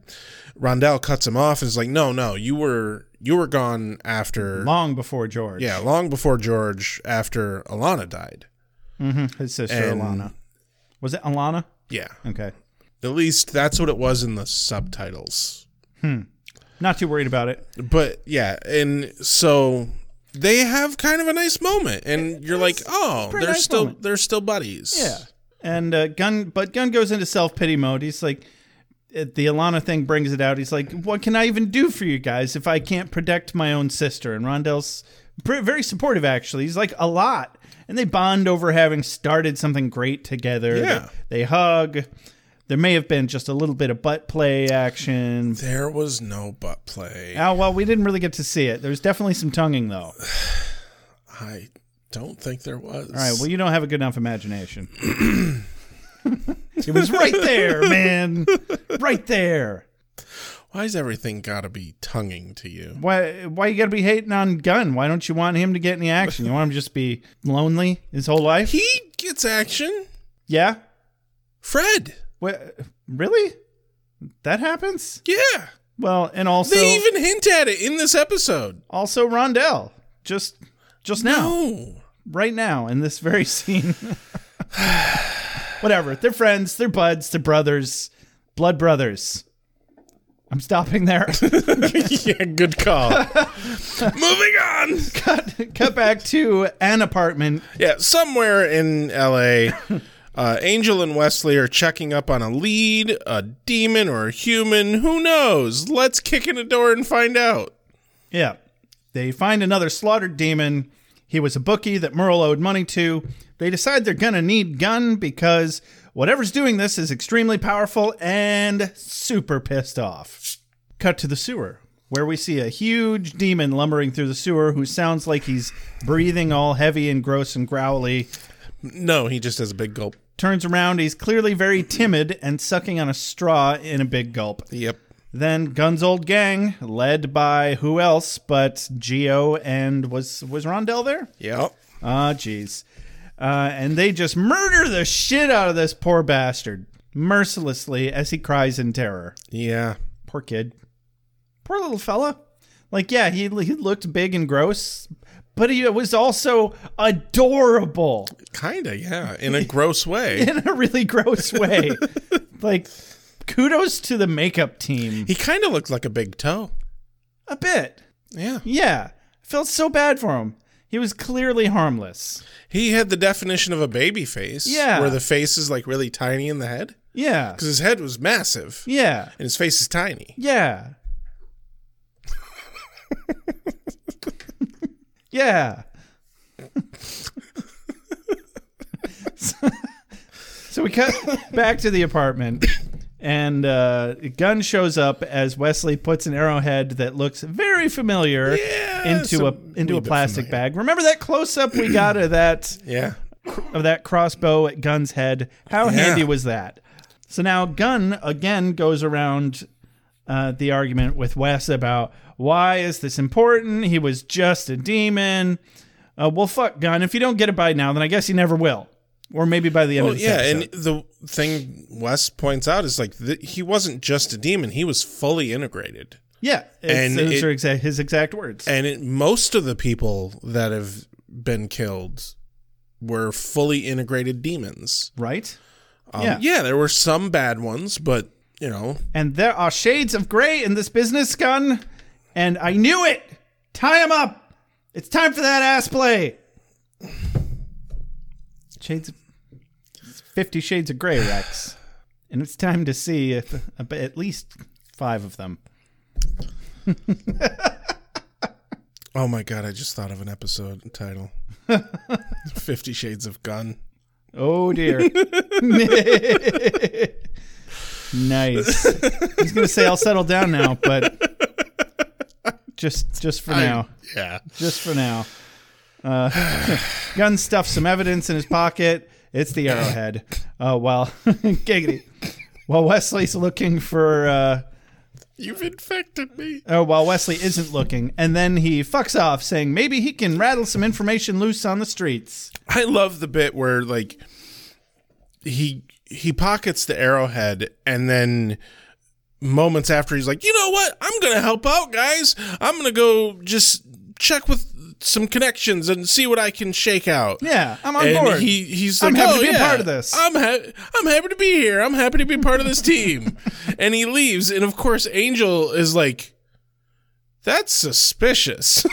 Rondell cuts him off and is like, "No, no, you were you were gone after
Long before George.
yeah, long before George, after Alana died.
His sister
And-
Alana. Was it Alana?
Yeah,
Okay.
at least that's what it was in the subtitles.
Not too worried about it.
But yeah, and so they have kind of a nice moment, and you're like, oh,
pretty
they're
nice
still
moment.
they're still buddies.
Yeah. And uh, Gun, but Gun goes into self pity mode. He's like, it- the Alana thing brings it out. He's like, what can I even do for you guys if I can't protect my own sister? And Rondell's pr- very supportive, actually. He's like, a lot. And they bond over having started something great together.
Yeah.
They, they hug. There may have been just a little bit of butt play action.
There was no butt play.
Oh, well, we didn't really get to see it. There's definitely some tonguing, though.
I don't think there was.
All right. Well, you don't have a good enough imagination. it was right there, man. Right there.
why's everything gotta be tonguing to you?
Why? Why you gotta be hating on Gunn? Why don't you want him to get any action? You want him to just be lonely his whole life?
He gets action.
yeah.
Fred.
What? Really? That happens?
Yeah.
Well, and also,
they even hint at it in this episode.
also Rondell. Just, just now.
No.
right now in this very scene. Whatever. They're friends, they're buds, they're brothers, blood brothers. I'm stopping there.
yeah, good call. Moving on.
Cut back to an apartment.
Yeah, somewhere in LA, uh, Angel and Wesley are checking up on a lead, a demon or a human. Who knows? Let's kick in a door and find out.
Yeah. They find another slaughtered demon. He was a bookie that Merle owed money to. They decide they're going to need Gun because whatever's doing this is extremely powerful and super pissed off. Cut to the sewer, where we see a huge demon lumbering through the sewer who sounds like he's breathing all heavy and gross and growly.
No, he just has a big gulp.
Turns around, he's clearly very timid and sucking on a straw in a big gulp.
Yep.
Then Gun's old gang, led by who else but Geo and was was Rondell there?
Yep.
Ah, jeez. uh, and they just murder the shit out of this poor bastard mercilessly as he cries in terror.
Yeah.
Poor kid, poor little fella. Like, yeah, he he looked big and gross, but he was also adorable
Kinda, yeah. In a gross way.
in a really gross way. like, kudos to the makeup team.
He kinda looked like a big toe.
A bit.
Yeah.
Yeah. Felt so bad for him. He was clearly harmless.
He had the definition of a baby face.
Yeah.
Where the face is like really tiny in the head.
Yeah.
Because his head was massive.
Yeah.
And his face is tiny.
Yeah. yeah. so, so we cut back to the apartment, and uh, Gunn shows up as Wesley puts an arrowhead that looks very familiar
Yeah,
into
so
a into
wee
a
bit
plastic
familiar.
bag. Remember that close up we got of that
Yeah.
of that crossbow at Gunn's head. How
Yeah.
handy was that? So now Gunn again goes around uh, the argument with Wes about why is this important? He was just a demon. Uh, well, fuck Gunn. If you don't get it by now, then I guess you never will. Or maybe by the end
Well,
of the
yeah, and
episode.
the thing Wes points out is like th- he wasn't just a demon; he was fully integrated.
yeah, it's-
and
those
it-
are exact his exact words.
And it, most of the people that have been killed were fully integrated demons.
right?
Um,
Yeah.
yeah. there were some bad ones, but you know,
And there are shades of gray in this business, Gunn. And I knew it. Tie him up. It's time for that ass play. Shades of it's Fifty Shades of Grey, Rex. And it's time to see if, ab- at least five of them.
oh my god, I just thought of an episode title: Fifty Shades of Gun.
Oh dear. nice. I was gonna say I'll settle down now, but just just for now.
Yeah,
just for now. Uh, Gunn stuffs some evidence in his pocket. It's the arrowhead. Uh, while giggity, while Wesley's looking for, uh,
you've infected me.
oh, while Wesley isn't looking, and then he fucks off, saying maybe he can rattle some information loose on the streets.
I love the bit where like he he pockets the arrowhead and then moments after he's like, "You know what? I'm going to help out, guys. I'm going to go just check with some connections and see what I can shake out."
Yeah, I'm on
and
board.
He he's like,
I'm happy
"Oh,
to be a
yeah.
part of this."
I'm ha- I'm happy to be here. I'm happy to be part of this team." and he leaves, and of course, Angel is like, "That's suspicious."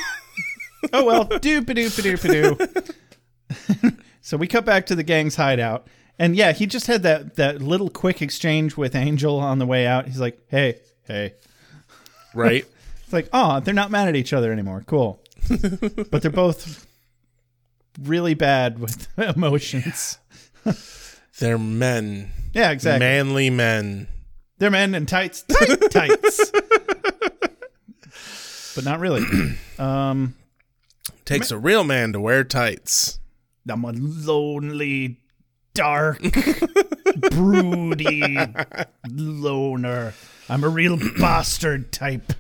oh well, doop a doop a doop So we cut back to the gang's hideout, and yeah, he just had that that little quick exchange with Angel on the way out. He's like, "Hey, hey,
right?
It's like, oh, they're not mad at each other anymore. Cool. but they're both really bad with emotions.
They're men.
Yeah, exactly.
Manly men.
They're men in tights, tight tights. but not really. Um,
Takes a real man to wear tights.
I'm a lonely, dark, broody loner. I'm a real bastard type.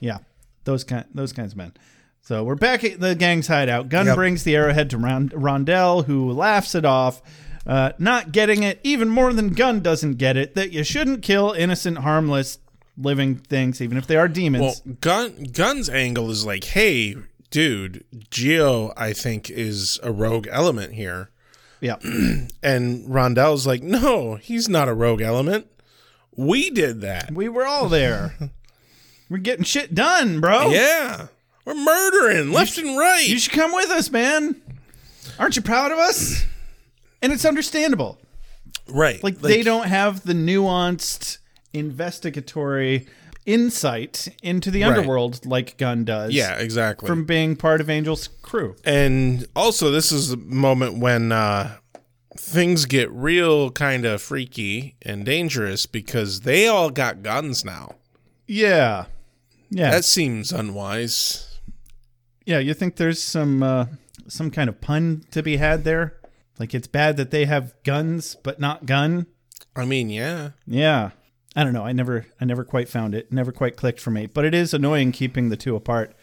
Yeah, those kind those kinds of men. So we're back at the gang's hideout. Gunn
Yep.
brings the arrowhead to Rond- Rondell, who laughs it off, uh, not getting it even more than Gunn doesn't get it that you shouldn't kill innocent, harmless living things, even if they are demons.
Well, gun guns angle is like, hey, dude, Geo, I think is a rogue element here,
yeah,
and Rondell's like, no, he's not a rogue element. We did that.
we were all there. we're getting shit done, bro.
Yeah, we're murdering left and right.
You should come with us, man. Aren't you proud of us? And it's understandable.
right,
Like, they don't have the nuanced investigatory insight into the
Right.
underworld like Gunn does.
Yeah, exactly.
From being part of Angel's crew.
and also, this is the moment when uh, things get real kind of freaky and dangerous because they all got guns now.
Yeah. Yeah.
That seems unwise.
yeah, you think there's some uh, some kind of pun to be had there? Like it's bad that they have guns but not gun?
I mean, yeah.
Yeah. I don't know. I never I never quite found it. Never quite clicked for me. But it is annoying keeping the two apart.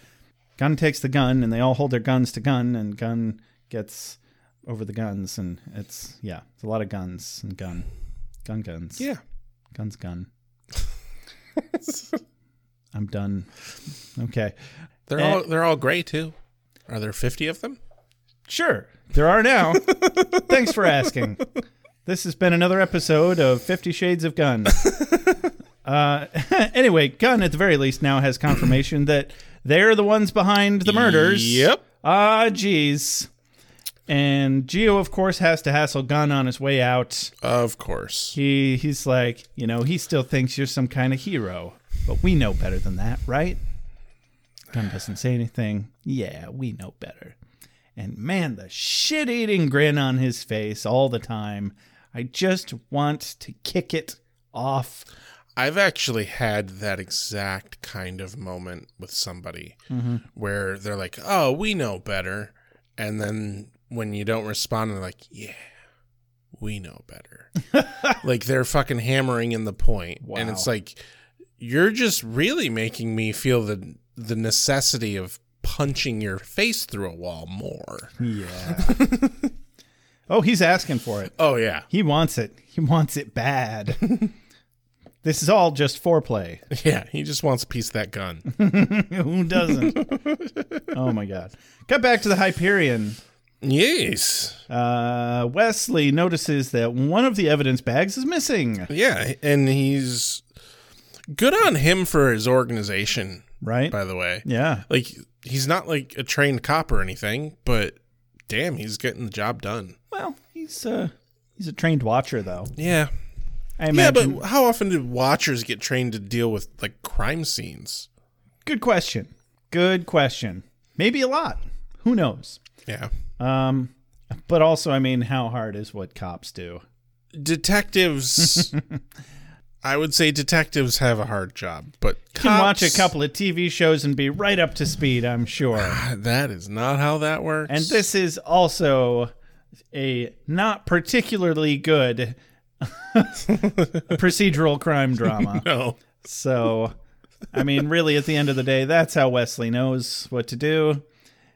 Gun takes the gun and they all hold their guns to gun and gun gets over the guns, and it's yeah, it's a lot of guns and gun, gun guns,
Yeah.
guns gun. I'm done. Okay,
They're
Eh.
all they're all gray too. Are there 50 of them?
sure, there are now. Thanks for asking. This has been another episode of Fifty Shades of Gun. Uh, anyway, Gunn at the very least now has confirmation that they're the ones behind the murders.
Yep.
Ah, jeez. And Geo, of course, has to hassle Gunn on his way out.
Of course.
He he's like, you know, he still thinks you're some kind of hero, but we know better than that, right? Gunn doesn't say anything. Yeah, we know better. And man, the shit-eating grin on his face all the time. I just want to kick it off.
I've actually had that exact kind of moment with somebody where they're like, "Oh, we know better," and then when you don't respond, they're like, "Yeah, we know better." like they're fucking hammering in the point, and it's
Wow.
like you're just really making me feel the the necessity of punching your face through a wall more.
Yeah. oh, he's asking for it.
Oh yeah,
He wants it. He wants it bad. this is all just foreplay.
yeah. He just wants a piece of that gun.
Who doesn't? oh my god. Cut back to the Hyperion.
yes.
Uh, Wesley notices that one of the evidence bags is missing.
Yeah, and he's good on him for his organization,
Right?
by the way.
yeah.
Like he's not like a trained cop or anything, but damn, he's getting the job done.
Well, he's uh he's a trained watcher though.
Yeah.
I imagine.
Yeah, but how often do watchers get trained to deal with like crime scenes?
good question. Good question. Maybe a lot. Who knows?
Yeah.
Um but also I mean how hard is what cops do?
Detectives I would say detectives have a hard job, but
You can watch a
cops-
couple of TV shows and be right up to speed, I'm sure.
That is not how that works.
And this is also a not particularly good procedural crime drama.
no.
So, I mean, really, at the end of the day, that's how Wesley knows what to do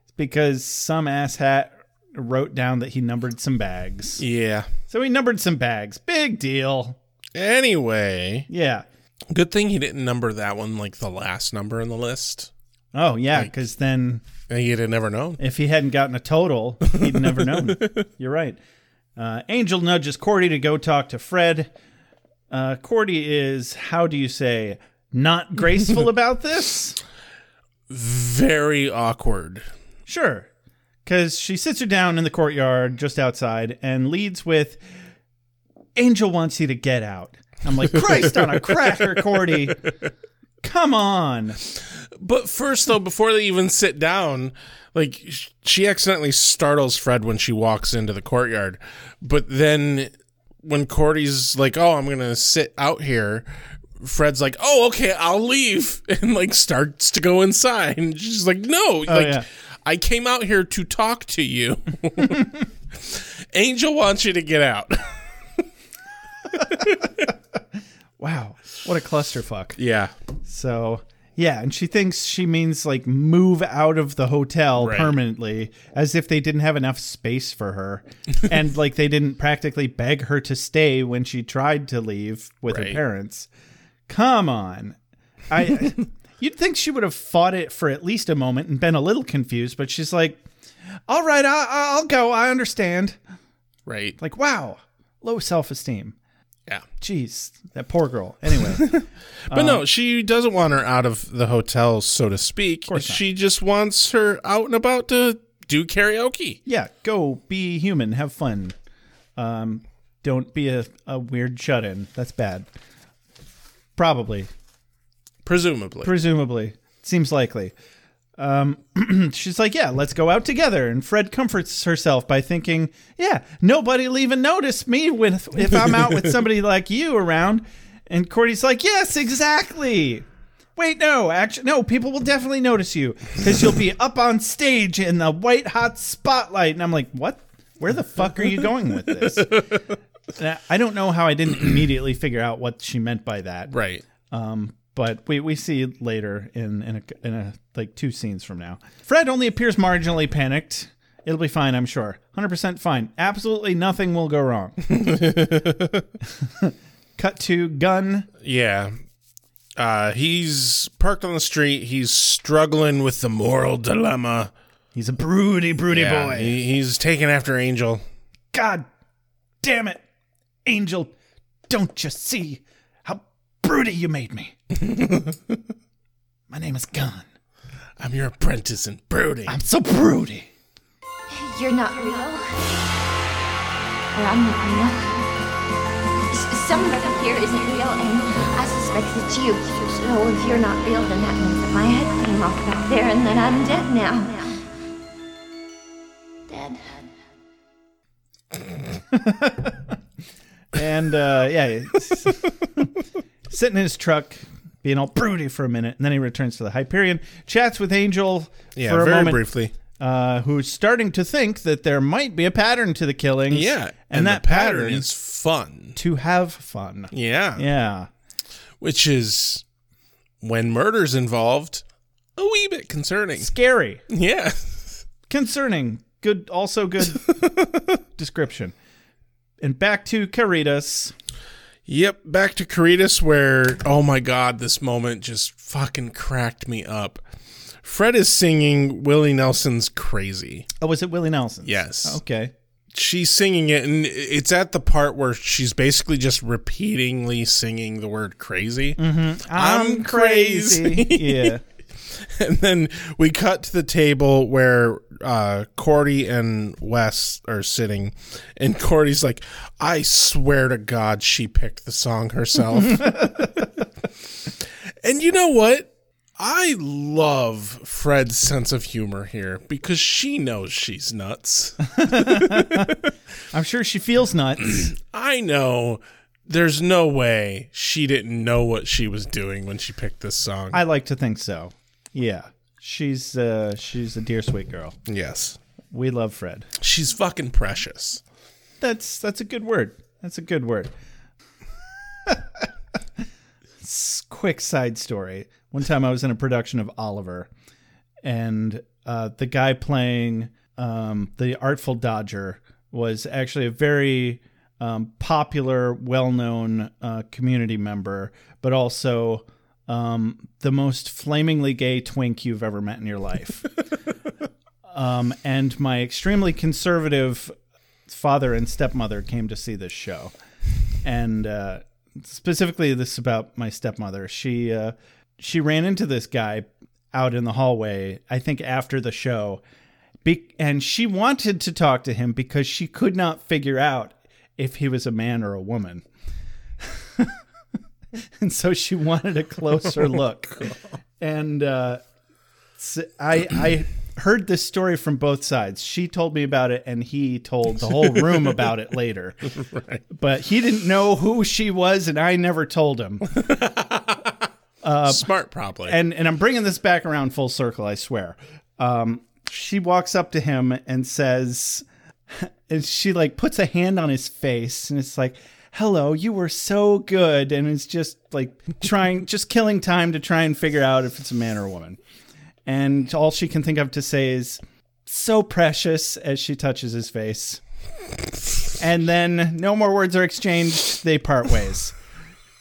It's because some asshat wrote down that he numbered some bags.
Yeah.
So he numbered some bags. Big deal.
Anyway,
Yeah.
good thing he didn't number that one like the last number in the list.
Oh, yeah, because then
And you'd have never known.
If he hadn't gotten a total, he'd never known. You're right. Uh, Angel nudges Cordy to go talk to Fred. Uh, Cordy is, how do you say, not graceful about this?
Very awkward.
Sure. Because she sits her down in the courtyard just outside and leads with, Angel wants you to get out. I'm like, Christ on a cracker, Cordy. Come on.
But first, though, before they even sit down, like sh- she accidentally startles Fred when she walks into the courtyard. But then when Cordy's like, "Oh, I'm gonna sit out here," Fred's like, "Oh, okay, I'll leave," and like starts to go inside. And she's like, "No, like
yeah.
I came out here to talk to you." Angel wants you to get out.
Wow. What a clusterfuck.
Yeah.
So yeah, and she thinks she means like move out of the hotel
Right.
permanently, as if they didn't have enough space for her, and like they didn't practically beg her to stay when she tried to leave with her
Right.
parents. Come on, I. You'd think she would have fought it for at least a moment and been a little confused, but she's like, "All right, I, I'll go. I understand."
Right.
Like, wow, low self-esteem.
Yeah.
Jeez, that poor girl. Anyway,
But
Um,
no, she doesn't want her out of the hotel, so to speak.
course not.
she just wants her out and about to do karaoke.
yeah, go be human, have fun. Um, don't be a, a weird shut in. That's bad. Probably,
Presumably.
presumably, seems likely. Um, she's like, yeah, let's go out together. And Fred comforts herself by thinking, yeah, nobody'll even notice me when if I'm out with somebody like you around. And Cordy's like, yes, exactly. Wait, no, actually, no. People will definitely notice you because you'll be up on stage in the white hot spotlight. And I'm like, what? Where the fuck are you going with this? And I- I don't know how I didn't immediately figure out what she meant by that
right.
Um, but we, we see it later in in a, in a like two scenes from now. Fred only appears marginally panicked It'll be fine, I'm sure. 100% fine. Absolutely nothing will go wrong. Cut to gun.
Yeah. Uh, he's parked on the street. He's struggling with the moral dilemma.
He's a broody, broody
Yeah,
boy.
he- he's taking after Angel.
God damn it. Angel, don't you see how broody you made me? My name is Gun.
I'm your apprentice in brooding.
I'm so broody.
You're not real. Or I'm not real. S- Somebody up here isn't real, and I suspect it's you. So if you're not real, then that means that my head came off back there and that I'm dead now. Dead.
And uh, yeah, he's sitting in his truck, being all broody for a minute, and then he returns to the Hyperion, chats with Angel
yeah,
for a
very
moment,
briefly.
uh, who's starting to think that there might be a pattern to the killings.
Yeah,
and,
and,
that
the pattern,
is
is fun.
to have fun.
Yeah.
Yeah,
which is when murder's involved, a wee bit concerning.
scary,
Yeah,
concerning, good, also good description. And back to Caritas.
Yep, back to Caritas where oh my god, this moment just fucking cracked me up. Fred is singing Willie Nelson's Crazy.
Oh, was it Willie Nelson?
Yes.
Okay.
She's singing it and it's at the part where she's basically just repeatingly singing the word crazy. Mm-hmm. I'm crazy.
yeah.
And then we cut to the table where uh Cordy and Wes are sitting and Cordy's like, I swear to God she picked the song herself. and you know what? I love Fred's sense of humor here because she knows she's nuts.
I'm sure she feels nuts.
I know there's no way she didn't know what she was doing when she picked this song.
I like to think so. Yeah. She's uh she's a dear sweet girl.
yes.
We love Fred.
She's fucking precious.
That's that's a good word. That's a good word. S- Quick side story. One time I was in a production of Oliver and uh the guy playing um the Artful Dodger was actually a very um, popular, well-known uh, community member, but also um, the most flamingly gay twink you've ever met in your life. um, and my extremely conservative father and stepmother came to see this show, and uh, specifically this is about my stepmother. She uh, she ran into this guy out in the hallway. I think after the show, be- and she wanted to talk to him because she could not figure out if he was a man or a woman. and so she wanted a closer look. and uh, s- I, I heard this story from both sides. She told me about it, and he told the whole room about it later. But he didn't know who she was, and I never told him.
Smart, probably.
and and I'm bringing this back around full circle. I swear. Um, she walks up to him and says, and she like puts a hand on his face, and it's like, "Hello, you were so good," and it's just like trying, just killing time to try and figure out if it's a man or a woman. And all she can think of to say is, "So precious," as she touches his face. And then no more words are exchanged. They part ways.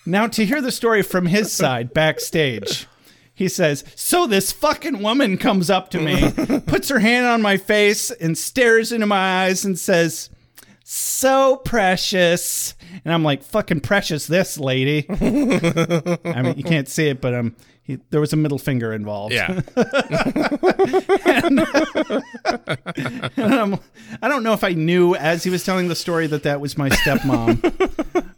Now, to hear the story from his side backstage, he says, So this fucking woman comes up to me, puts her hand on my face, and stares into my eyes and says, So precious. And I'm like, Fucking precious, this lady. I mean, you can't see it, but um, he, there was a middle finger involved.
yeah.
Um, I don't know if I knew as he was telling the story that that was my stepmom.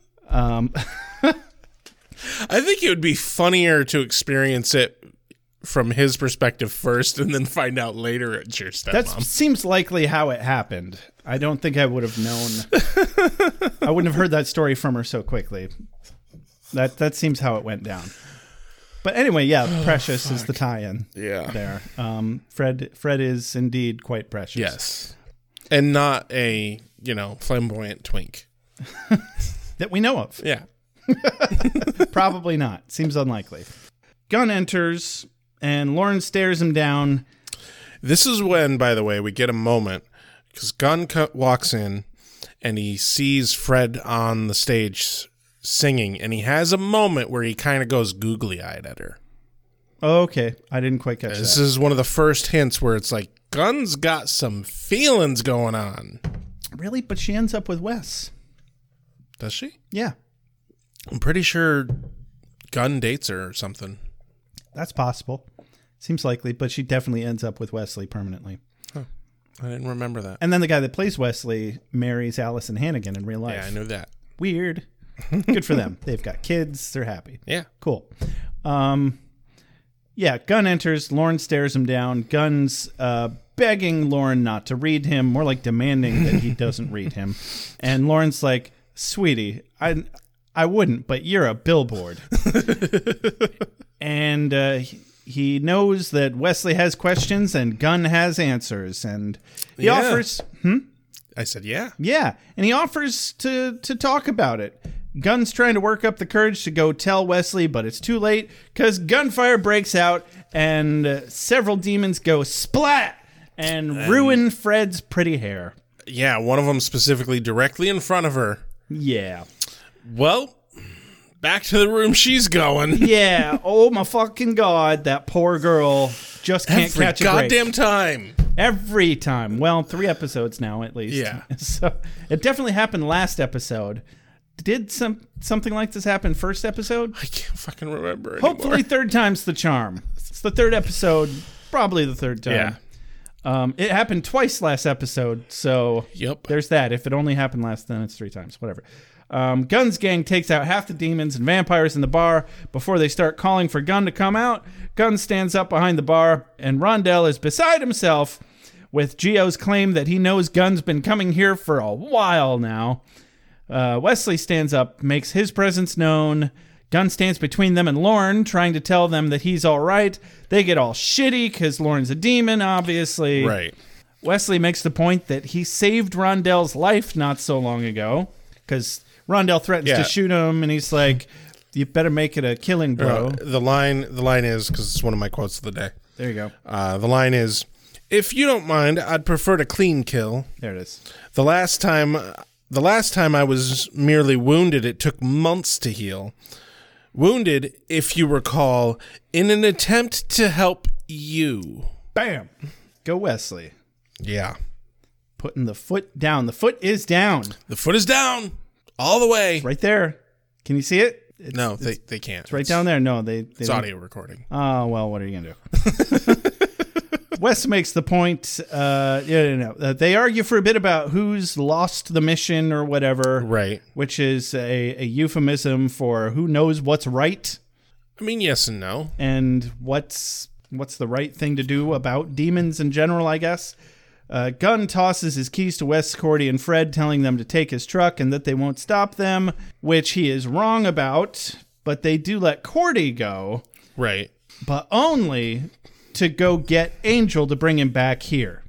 I think it would be funnier to experience it from his perspective first and then find out later it's your stepmom.
that seems likely how it happened. I don't think I would have known. I wouldn't have heard that story from her so quickly. That that seems how it went down. But anyway, yeah,
Oh,
precious is the tie-in
yeah.
there. Um, Fred Fred is indeed quite precious.
Yes. And not a, you know, flamboyant twink.
that we know of.
Yeah.
Probably not. Seems unlikely. Gunn enters and Lauren stares him down.
This is when, by the way, we get a moment because Gunn co- walks in and he sees Fred on the stage s- singing, and he has a moment where he kind of goes googly eyed at her.
Okay, I didn't quite catch
This
that.
is one of the first hints where it's like Gunn's got some feelings going on.
Really, but she ends up with Wes.
Does she?
Yeah,
I'm pretty sure Gunn dates her or something.
that's possible. Seems likely, but she definitely ends up with Wesley permanently.
I didn't remember that.
And then the guy that plays Wesley marries Allison Hannigan in real life.
Yeah, I knew that.
Weird. Good for them. They've got kids. They're happy.
Yeah.
Cool. Um, yeah, Gunn enters. Lauren stares him down. Gunn's uh, begging Lauren not to read him, more like demanding that he doesn't read him. And Lauren's like, "Sweetie, I I wouldn't, but you're a billboard." and uh, he- he knows that Wesley has questions and Gunn has answers, and he
Yeah.
offers
I said, yeah.
yeah, and he offers to to talk about it. Gunn's trying to work up the courage to go tell Wesley, but it's too late because gunfire breaks out and uh, several demons go splat and ruin Fred's pretty hair.
Yeah, one of them specifically directly in front of her.
Yeah.
Well, back to the room she's going.
Yeah. oh my fucking god, that poor girl just can't
Every
catch a
goddamn
break.
time.
Every time. Well, three episodes now at least.
Yeah.
So it definitely happened last episode. Did some something like this happen first episode?
I can't fucking remember. Anymore.
Hopefully, third time's the charm. It's the third episode, probably the third time.
Yeah.
Um, it happened twice last episode, so
Yep.
there's that. If it only happened last, then it's three times. Whatever. Um, Gun's gang takes out half the demons and vampires in the bar before they start calling for Gun to come out. Gun stands up behind the bar, and Rondell is beside himself with Geo's claim that he knows Gun's been coming here for a while now. Uh, Wesley stands up, makes his presence known. Gunn stands between them and Lauren, trying to tell them that he's all right. They get all shitty because Lauren's a demon, obviously.
Right.
Wesley makes the point that he saved Rondell's life not so long ago because Rondell threatens
Yeah.
to shoot him, and he's like, "You better make it a killing blow."
Uh, the line the line is because it's one of my quotes of the day.
there you go.
Uh, the line is, "If you don't mind, I'd prefer to clean kill.
There it is.
The last time, the last time I was merely wounded, it took months to heal. Wounded, if you recall, in an attempt to help you.
Bam. Go Wesley.
Yeah,
Putting the foot down. The foot is down.
the foot is down all the way.
Right there. Can you see it? It's
no, they they can't. It's
right down there. No, they. they
It's
don't-
audio recording.
Oh, well, what are you going to do? Wes makes the point. Uh, yeah, no, no, uh, they argue for a bit about who's lost the mission or whatever,
Right.
Which is a, a euphemism for who knows what's right
I mean, yes and no.
and what's what's the right thing to do about demons in general, I guess. Uh, Gunn tosses his keys to Wes, Cordy, and Fred, telling them to take his truck and that they won't stop them, which he is wrong about. But they do let Cordy go
Right.
but only to go get Angel to bring him back here.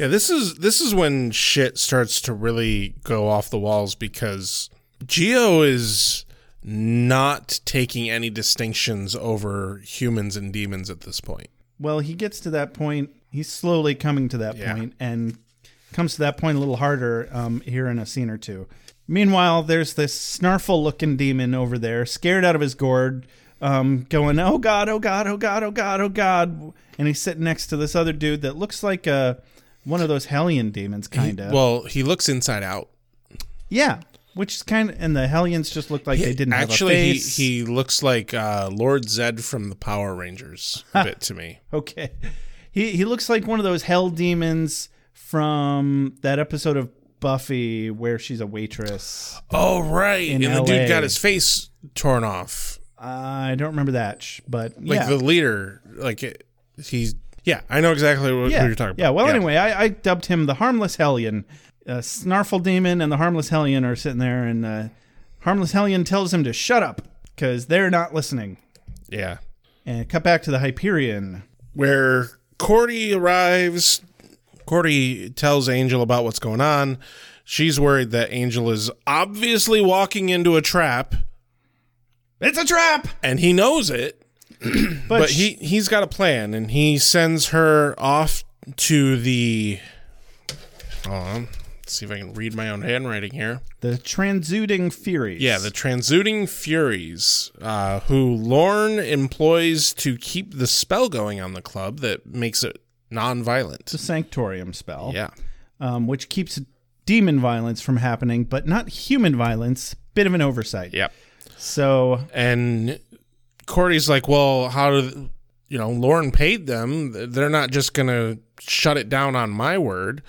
Yeah, this is this is when shit starts to really go off the walls because Geo is not taking any distinctions over humans and demons at this point.
Well, he gets to that point. He's slowly coming to that
Yeah.
point and comes to that point a little harder um, here in a scene or two. Meanwhile, there's this snarful looking demon over there, scared out of his gourd, um, going, Oh God, oh God, oh God, oh God, oh God. And he's sitting next to this other dude that looks like a, one of those Hellion demons, kind of.
Well, he looks inside out.
yeah. Which is kind of, and the Hellions just looked like they didn't
actually
have a
he,
face.
he looks like uh, Lord Zed from the Power Rangers a bit to me.
Okay. He he looks like one of those hell demons from that episode of Buffy where she's a waitress.
Oh right, and the
LA.
dude got his face torn off,
I don't remember that, sh- but
like
yeah.
the leader. Like it, he's yeah, I know exactly what,
yeah.
who you're talking about.
yeah, well, anyway, I, I dubbed him the Harmless Hellion. Uh, Snarful Demon and the Harmless Hellion are sitting there, and uh, Harmless Hellion tells him to shut up because they're not listening.
yeah.
And cut back to the Hyperion.
where Cordy arrives. Cordy tells Angel about what's going on. She's worried that Angel is obviously walking into a trap,
It's a trap!
and he knows it.
But,
But he he's got a plan, and he sends her off to the. Hold on. Let's see if I can read my own handwriting here.
The Transuding Furies.
Yeah, the Transuding Furies, uh, who Lorne employs to keep the spell going on the club that makes it non-violent.
the Sanctorium spell.
Yeah.
um, which keeps demon violence from happening, but not human violence. Bit of an oversight.
Yep.
So
And Cordy's like, well, how do you know? Lauren paid them. They're not just gonna shut it down on my word.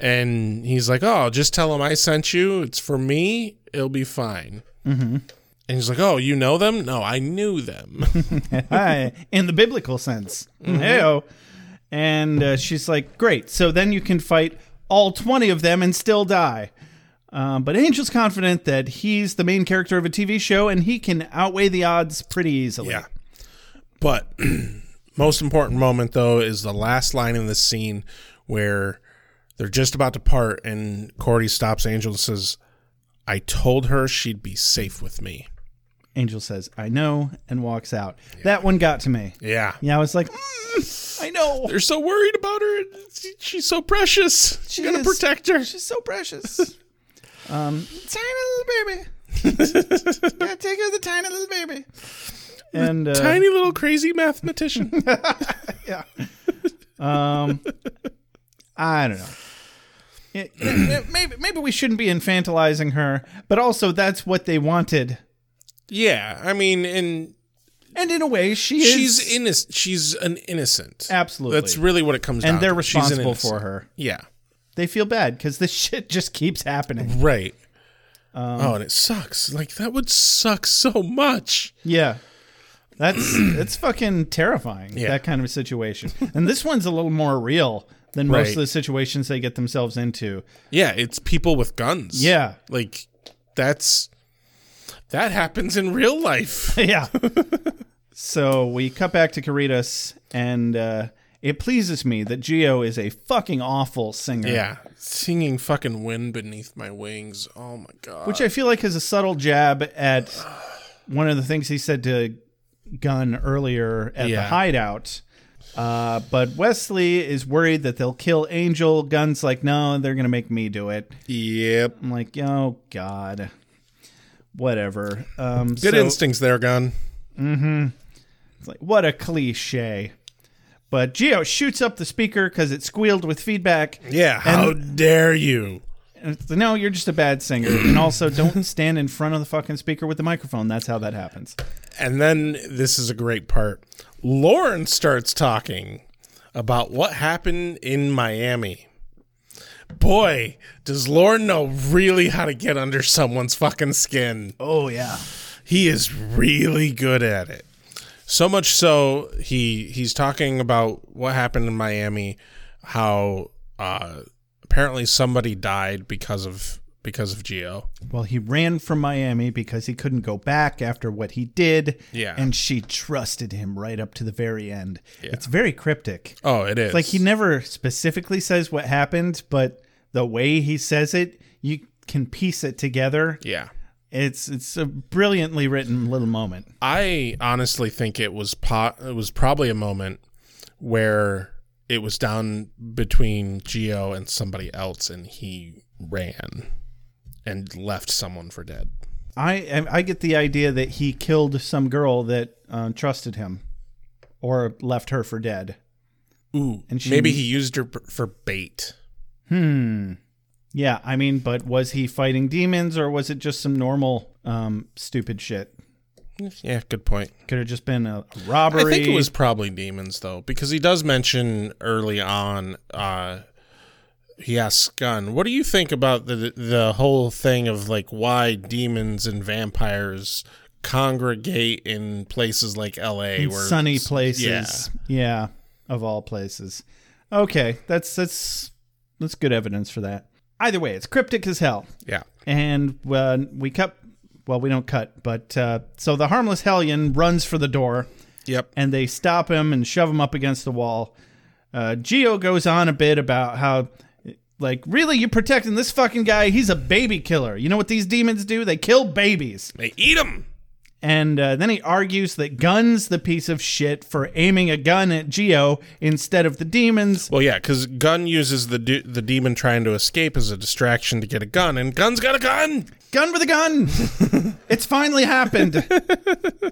And he's like, oh, just tell them I sent you. It's for me. It'll be fine. Mm-hmm. And he's like, oh, you know them? No, I knew them.
hi, in the biblical sense.
Mm-hmm.
Heyo. And uh, she's like, great. So then you can fight all 20 of them and still die. Um, but Angel's confident that he's the main character of a TV show and he can outweigh the odds pretty easily.
Yeah. But most important moment though is the last line in this scene where they're just about to part and Cordy stops Angel and says, I told her she'd be safe with me.
Angel says, I know, and walks out. That one got to me.
Yeah.
Yeah, I was like, "Mm, I know.
They're so worried about her. She- She's so precious. She's gonna
is.
protect her.
She's so precious. um, tiny little baby. Gotta take care of the tiny little baby. And uh,
Tiny little crazy mathematician.
I don't know. Yeah, yeah, yeah, maybe maybe we shouldn't be infantilizing her, but also that's what they wanted.
yeah, I mean, and
And in a way, she is.
she's innocent. She's an innocent.
Absolutely.
that's really what it comes down.
and they're
to. She's an
responsible
innocent.
for her.
Yeah,
They feel bad because this shit just keeps happening.
right.
Um,
oh, and it sucks. Like that would suck so much.
Yeah. That's it's fucking terrifying.
Yeah.
That kind of a situation. and this one's a little more real than most
Right.
of the situations they get themselves into.
Yeah, it's people with guns.
Yeah.
like that's that happens in real life.
yeah. so we cut back to Caritas, and uh, it pleases me that Geo is a fucking awful singer.
yeah, singing fucking "Wind Beneath My Wings." Oh my god.
Which I feel like is a subtle jab at one of the things he said to Gunn earlier at the
Yeah.
hideout. Uh, but Wesley is worried that they'll kill Angel. Gunn's like, no, they're going to make me do it.
yep.
I'm like, oh, God. Whatever. Um,
Good
so-
instincts there, gun.
It's like, what a cliche. But Geo shoots up the speaker because it squealed with feedback.
Yeah. How dare you?
And it's, no, you're just a bad singer. And also, don't stand in front of the fucking speaker with the microphone. That's how that happens.
And then this is a great part. Lauren starts talking about what happened in Miami. Boy, does Lauren know really how to get under someone's fucking skin.
Oh, yeah.
He is really good at it. So much so he he's talking about what happened in Miami, how uh apparently somebody died because of because of Geo.
Well, he ran from Miami because he couldn't go back after what he did.
Yeah.
And she trusted him right up to the very end. It's very cryptic.
Oh, it is.
It's like he never specifically says what happened, but the way he says it, you can piece it together.
Yeah.
It's it's a brilliantly written little moment.
I honestly think it was po- it was probably a moment where it was down between Geo and somebody else, and he ran and left someone for dead.
I I get the idea that he killed some girl that uh, trusted him, or left her for dead.
Ooh,
And she-
maybe he used her p- for bait.
Hmm. Yeah, I mean, but was he fighting demons or was it just some normal um, stupid shit?
Yeah, good point.
Could have just been a
I
robbery.
think it was probably demons though, because he does mention early on. Uh, he asks Gunn, "What do you think about the the whole thing of like why demons and vampires congregate in places like L.A.
In
where
sunny places. Yeah. of all places. Okay, that's that's that's good evidence for that. Either way, it's cryptic as hell.
Yeah,
And when we cut, well, we don't cut, but uh, so the harmless hellion runs for the door.
yep,
and they stop him and shove him up against the wall. Uh, Geo goes on a bit about how, like, really, you're protecting this fucking guy? He's a baby killer. You know what these demons do? They kill babies.
they eat them.
And uh, then he argues that Gun's the piece of shit for aiming a gun at Geo instead of the demons.
Well, yeah, because Gun uses the du- the demon trying to escape as a distraction to get a gun, and Gun's got a gun.
Gun with a gun! it's finally happened. Ugh,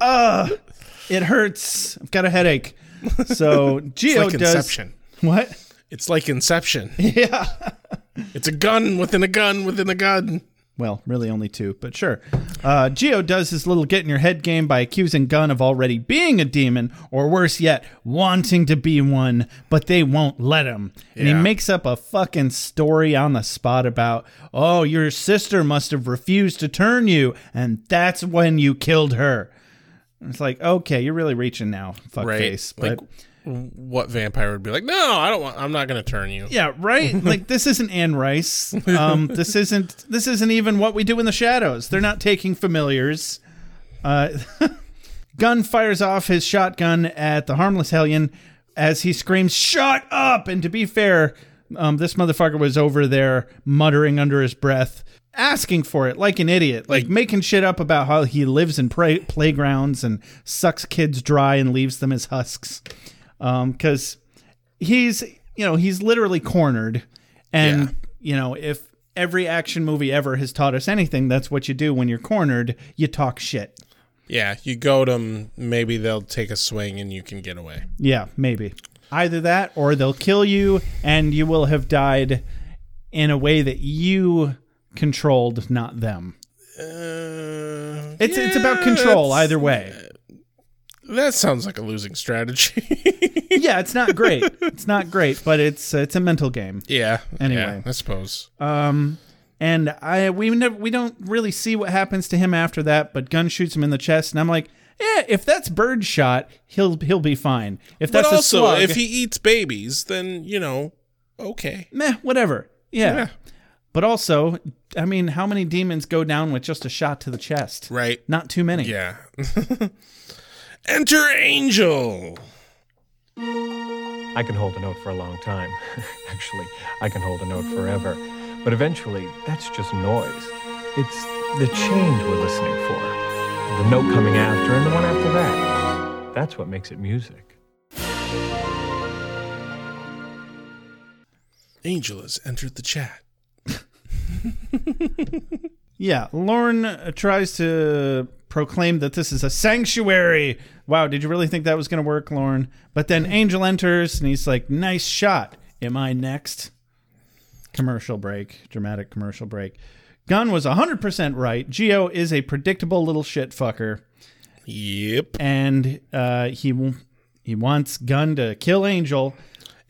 it hurts. I've got a headache. So Geo
Like
does
Inception.
what?
It's like Inception. Yeah. it's a gun within a gun within a gun.
Well, really only two, but sure. Uh, Geo does his little get in your head game by accusing Gun of already being a demon, or worse yet, wanting to be one, but they won't let him. And he
Yeah.
makes up a fucking story on the spot about, oh, your sister must have refused to turn you, and that's when you killed her. And It's like, okay, you're really reaching now, fuckface.
Like,
But
what vampire would be like? No, I don't want. I'm not going to turn you.
yeah, right. like this isn't Anne Rice. Um, this isn't this isn't even what we do in the shadows. They're not taking familiars. Uh, Gun fires off his shotgun at the harmless hellion as he screams, "Shut up!" And to be fair, um, this motherfucker was over there muttering under his breath, asking for it like an idiot, like,
Like-
making shit up about how he lives in pra- playgrounds and sucks kids dry and leaves them as husks. Because he's, you know, he's literally cornered, and
Yeah.
you know if. Every action movie ever has taught us anything. That's what you do when you're cornered. You talk shit.
Yeah, you go to 'em, Maybe they'll take a swing and you can get away.
Yeah, maybe. Either that or they'll kill you and you will have died in a way that you controlled, not them.
Uh,
It's it's
yeah,
about control
that's-
either way.
That sounds like a losing strategy.
Yeah, it's not great. it's not great, but it's it's a mental game.
yeah.
Anyway. Uh,
yeah, I suppose.
And I we never we don't really see what happens to him after that, but gun shoots him in the chest and I'm like, "Yeah, if that's bird shot, he'll he'll be fine.
But
If that's a
also,
slug,
if he eats babies, then you know, okay.
meh, whatever." yeah.
Yeah.
But also, I mean, how many demons go down with just a shot to the chest?
Right.
Not too many.
Yeah. Enter Angel.
I can hold a note for a long time. Actually, I can hold a note forever. But eventually, that's just noise. It's the change we're listening for. The note coming after and the one after that. That's what makes it music.
Angel has entered the chat.
Yeah. Lauren uh, tries to proclaim that this is a sanctuary. Wow, did you really think that was going to work, Lauren? But then Angel enters and he's like, nice shot. Am I next? Commercial break, dramatic commercial break. Gunn was 100% right. Geo is a predictable little shit fucker.
Yep.
And uh, he, w- he wants Gunn to kill Angel.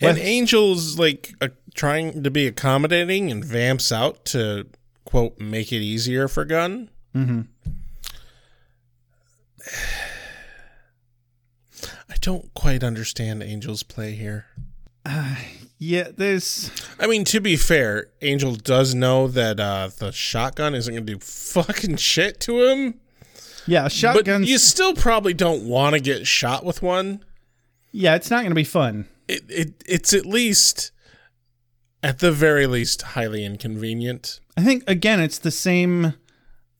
And Angel's like a, trying to be accommodating and vamps out to quote make it easier for Gun. Mm-hmm. I don't quite understand Angel's play here.
Yeah, there's.
I mean, to be fair, Angel does know that uh, the shotgun isn't going to do fucking shit to him.
Yeah, shotguns.
But you still probably don't want to get shot with one.
yeah, it's not going to be fun.
It, it it's at least, at the very least, highly inconvenient.
I think again, it's the same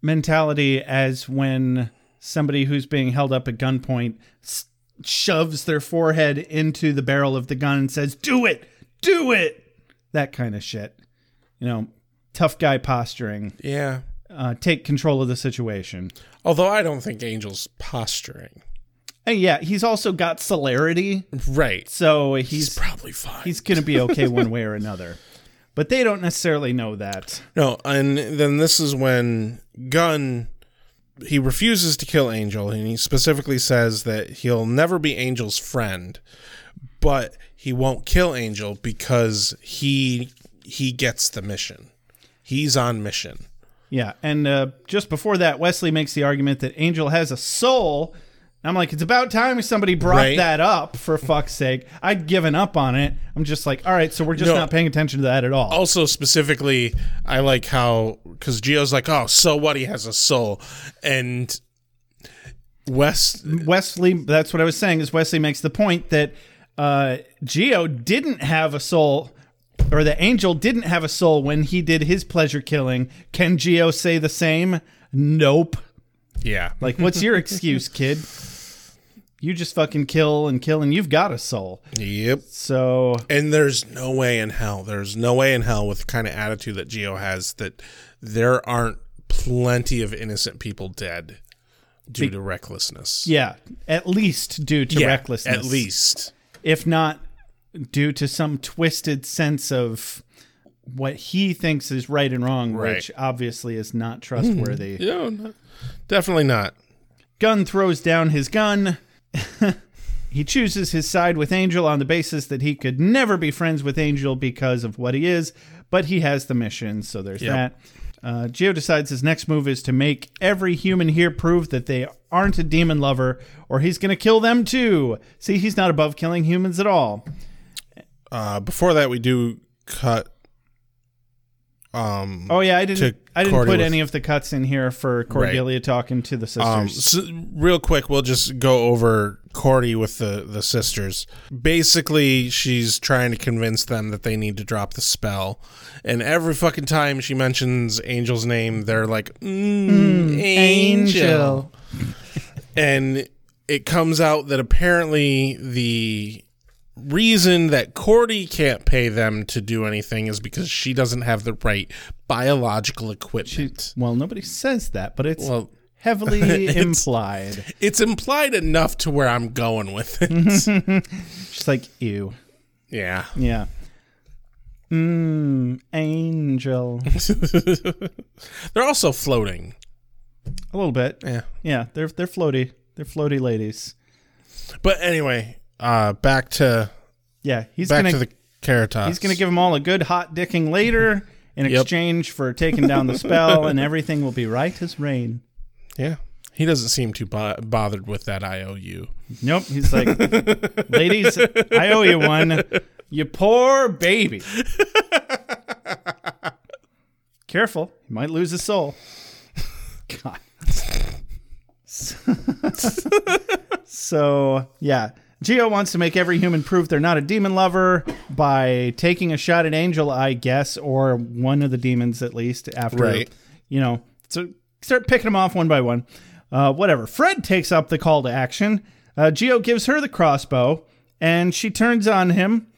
mentality as when somebody who's being held up at gunpoint s- shoves their forehead into the barrel of the gun and says, "Do it, do it," that kind of shit. You know, tough guy posturing.
Yeah.
Uh, take control of the situation.
Although I don't think Angel's posturing.
And yeah, he's also got celerity,
Right.
so
He's,
he's
probably fine.
he's gonna be okay one way or another. But they don't necessarily know that.
no, and then this is when Gunn he refuses to kill Angel and he specifically says that he'll never be Angel's friend, but he won't kill Angel because he he gets the mission. He's on mission.
Yeah, and uh, just before that, Wesley makes the argument that Angel has a soul. I'm like, it's about time somebody brought
Right.
that up. For fuck's sake, I'd given up on it. I'm just like, all right, so we're just
No. Oh.
not paying attention to that at all.
Also, specifically, I like how because Geo's like, oh, so what? He has a soul, and West
Wesley, that's what I was saying. Is Wesley makes the point that uh, Geo didn't have a soul, or the Angel didn't have a soul when he did his pleasure killing. Can Geo say the same? Nope.
Yeah.
Like, what's your excuse, kid? You just fucking kill and kill, and you've got a soul.
Yep.
So
and there's no way in hell. There's no way in hell with the kind of attitude that Geo has that there aren't plenty of innocent people dead due
Be-
to recklessness.
Yeah, at least due to
Yeah,
recklessness.
at least.
if not due to some twisted sense of what he thinks is right and wrong,
Right.
which obviously is not trustworthy.
Yeah, no, definitely not.
Gunn throws down his gun. he chooses his side with Angel on the basis that he could never be friends with Angel because of what he is, but he has the mission, so there's
Yep.
that. Uh, Geo decides his next move is to make every human here prove that they aren't a demon lover, or he's going to kill them too. See, he's not above killing humans at all.
Uh, before that, we do cut. Um.
Oh yeah, I
to
didn't. I didn't
Cordy
put
with-
any of the cuts in here for Cordelia talking to the sisters.
Um, so- real quick, we'll just go over Cordy with the the sisters. Basically, she's trying to convince them that they need to drop the spell, and every fucking time she mentions Angel's name, they're like, mm, Angel. and it comes out that apparently the reason that Cordy can't pay them to do anything is because she doesn't have the right biological equipment.
well, nobody says that, but it's
Well,
heavily
it's-
implied.
it's implied enough to where I'm going with it.
She's like, ew.
yeah.
Yeah. Mmm, angel.
They're also floating.
A little bit.
Yeah.
Yeah, they're they're floaty. They're floaty ladies.
But anyway, uh back to
Yeah, he's
back
gonna
to the Caratos.
he's gonna give them all a good hot dicking later in exchange for taking down the spell, and everything will be right as rain.
Yeah. He doesn't seem too bo- bothered with that IOU.
Nope. He's like, ladies, I owe you one. You poor baby. Careful, you might lose a soul. God. so, yeah. Geo wants to make every human prove they're not a demon lover by taking a shot at Angel, I guess, or one of the demons at least, after,
Right.
you know, so start picking them off one by one. Uh, whatever. Fred takes up the call to action. Uh, Geo gives her the crossbow, and she turns on him.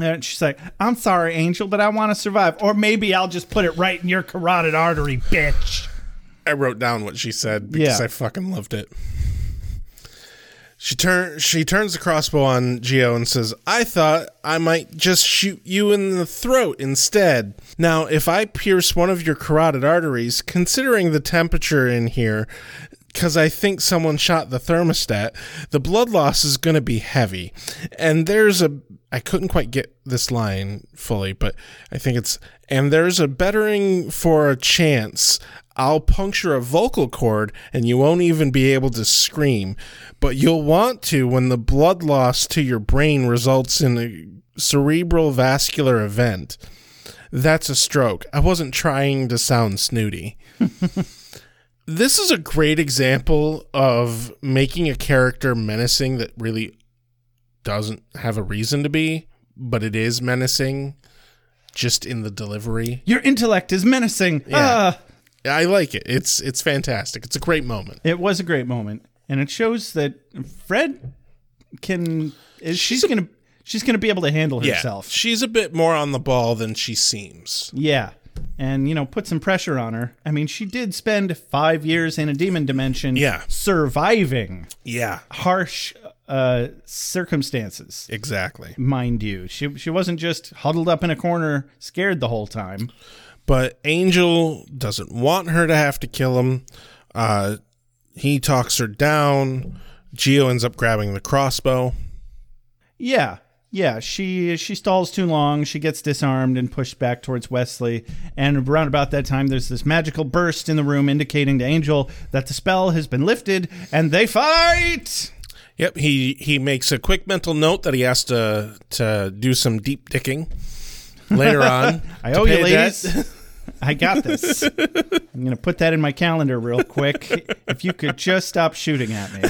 And she's like, I'm sorry, Angel, but I want to survive. Or maybe I'll just put it right in your carotid artery, bitch.
I wrote down what she said because
Yeah.
I fucking loved it. She turn she turns the crossbow on Geo and says, "I thought I might just shoot you in the throat instead. Now, if I pierce one of your carotid arteries, considering the temperature in here, because I think someone shot the thermostat, the blood loss is going to be heavy. And there's a I couldn't quite get this line fully, but I think it's and there's a bettering for a chance. I'll puncture a vocal cord and you won't even be able to scream, but you'll want to when the blood loss to your brain results in a cerebral vascular event. That's a stroke. I wasn't trying to sound snooty this is a great example of making a character menacing that really doesn't have a reason to be, but it is menacing just in the delivery.
Your intellect is menacing.
Yeah.
Ah.
I like it. It's it's fantastic. It's a great moment.
It was a great moment, and it shows that Fred can. Is, she's gonna. She's gonna be able to handle herself.
She's a bit more on the ball than she seems.
Yeah. And, you know, put some pressure on her. I mean, she did spend five years in a demon dimension
Yeah.
surviving
Yeah.
harsh uh, circumstances,
Exactly.
mind you. She, she wasn't just huddled up in a corner, scared the whole time.
But Angel doesn't want her to have to kill him. Uh he talks her down. Geo ends up grabbing the crossbow.
Yeah. Yeah, she she stalls too long. She gets disarmed and pushed back towards Wesley. And around about that time, there's this magical burst in the room indicating to Angel that the spell has been lifted, and they fight.
Yep, he he makes a quick mental note that he has to to do some deep dicking later on.
I
to
owe you,
pay that.
ladies. I got this. I'm going to put that in my calendar real quick. If you could just stop shooting at me.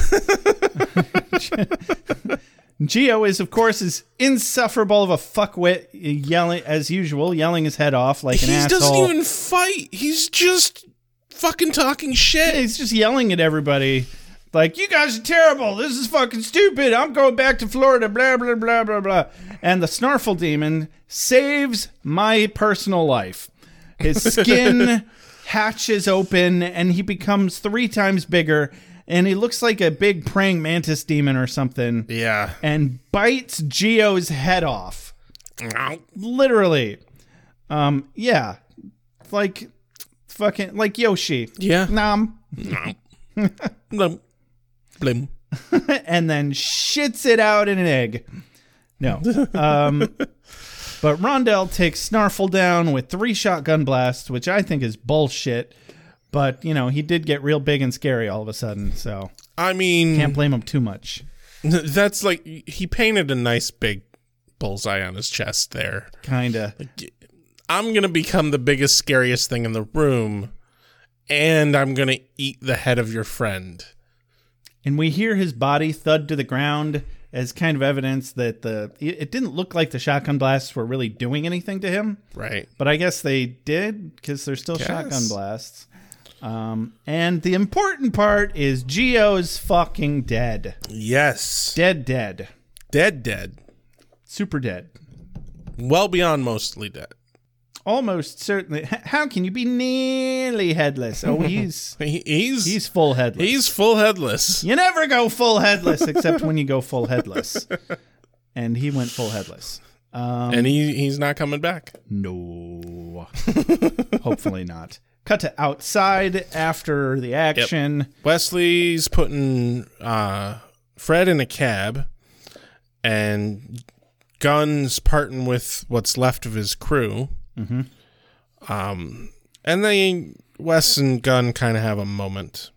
Geo is, of course, is insufferable of a fuckwit, yelling as usual, yelling his head off like an
He
asshole.
doesn't even fight. He's just fucking talking shit.
he's just yelling at everybody. Like, you guys are terrible. This is fucking stupid. I'm going back to Florida. Blah, blah, blah, blah, blah. And the Snarfle Demon saves my personal life. His skin hatches open and he becomes three times bigger. And he looks like a big praying mantis demon or something.
Yeah.
And bites Geo's head off. Literally. Um, yeah. Like fucking like Yoshi.
Yeah.
Nom.
Nom. Blim.
and then shits it out in an egg. No. Um But Rondell takes Snarfle down with three shotgun blasts, which I think is bullshit. But, you know, he did get real big and scary all of a sudden, so
I mean,
can't blame him too much.
That's like he painted a nice big bullseye on his chest there.
Kinda.
I'm gonna become the biggest, scariest thing in the room, and I'm gonna eat the head of your friend.
and we hear his body thud to the ground as kind of evidence that the it it didn't look like the shotgun blasts were really doing anything to him
Right.
but i guess they did because they're still
Guess.
shotgun blasts um, and the important part is geo's fucking dead
Yes.
dead dead
Dead, dead.
super dead
Well beyond mostly dead.
almost certainly h- how can you be nearly headless oh he's
He, he's
he's full headless
he's full headless.
You never go full headless except when you go full headless. And he went full headless. Um,
and he, he's not coming back.
no. Hopefully not. Cut to outside after the action.
Wesley's putting uh, Fred in a cab, and Guns parting with what's left of his crew.
Mhm.
Um, and they Wes and Gunn kind of have a moment.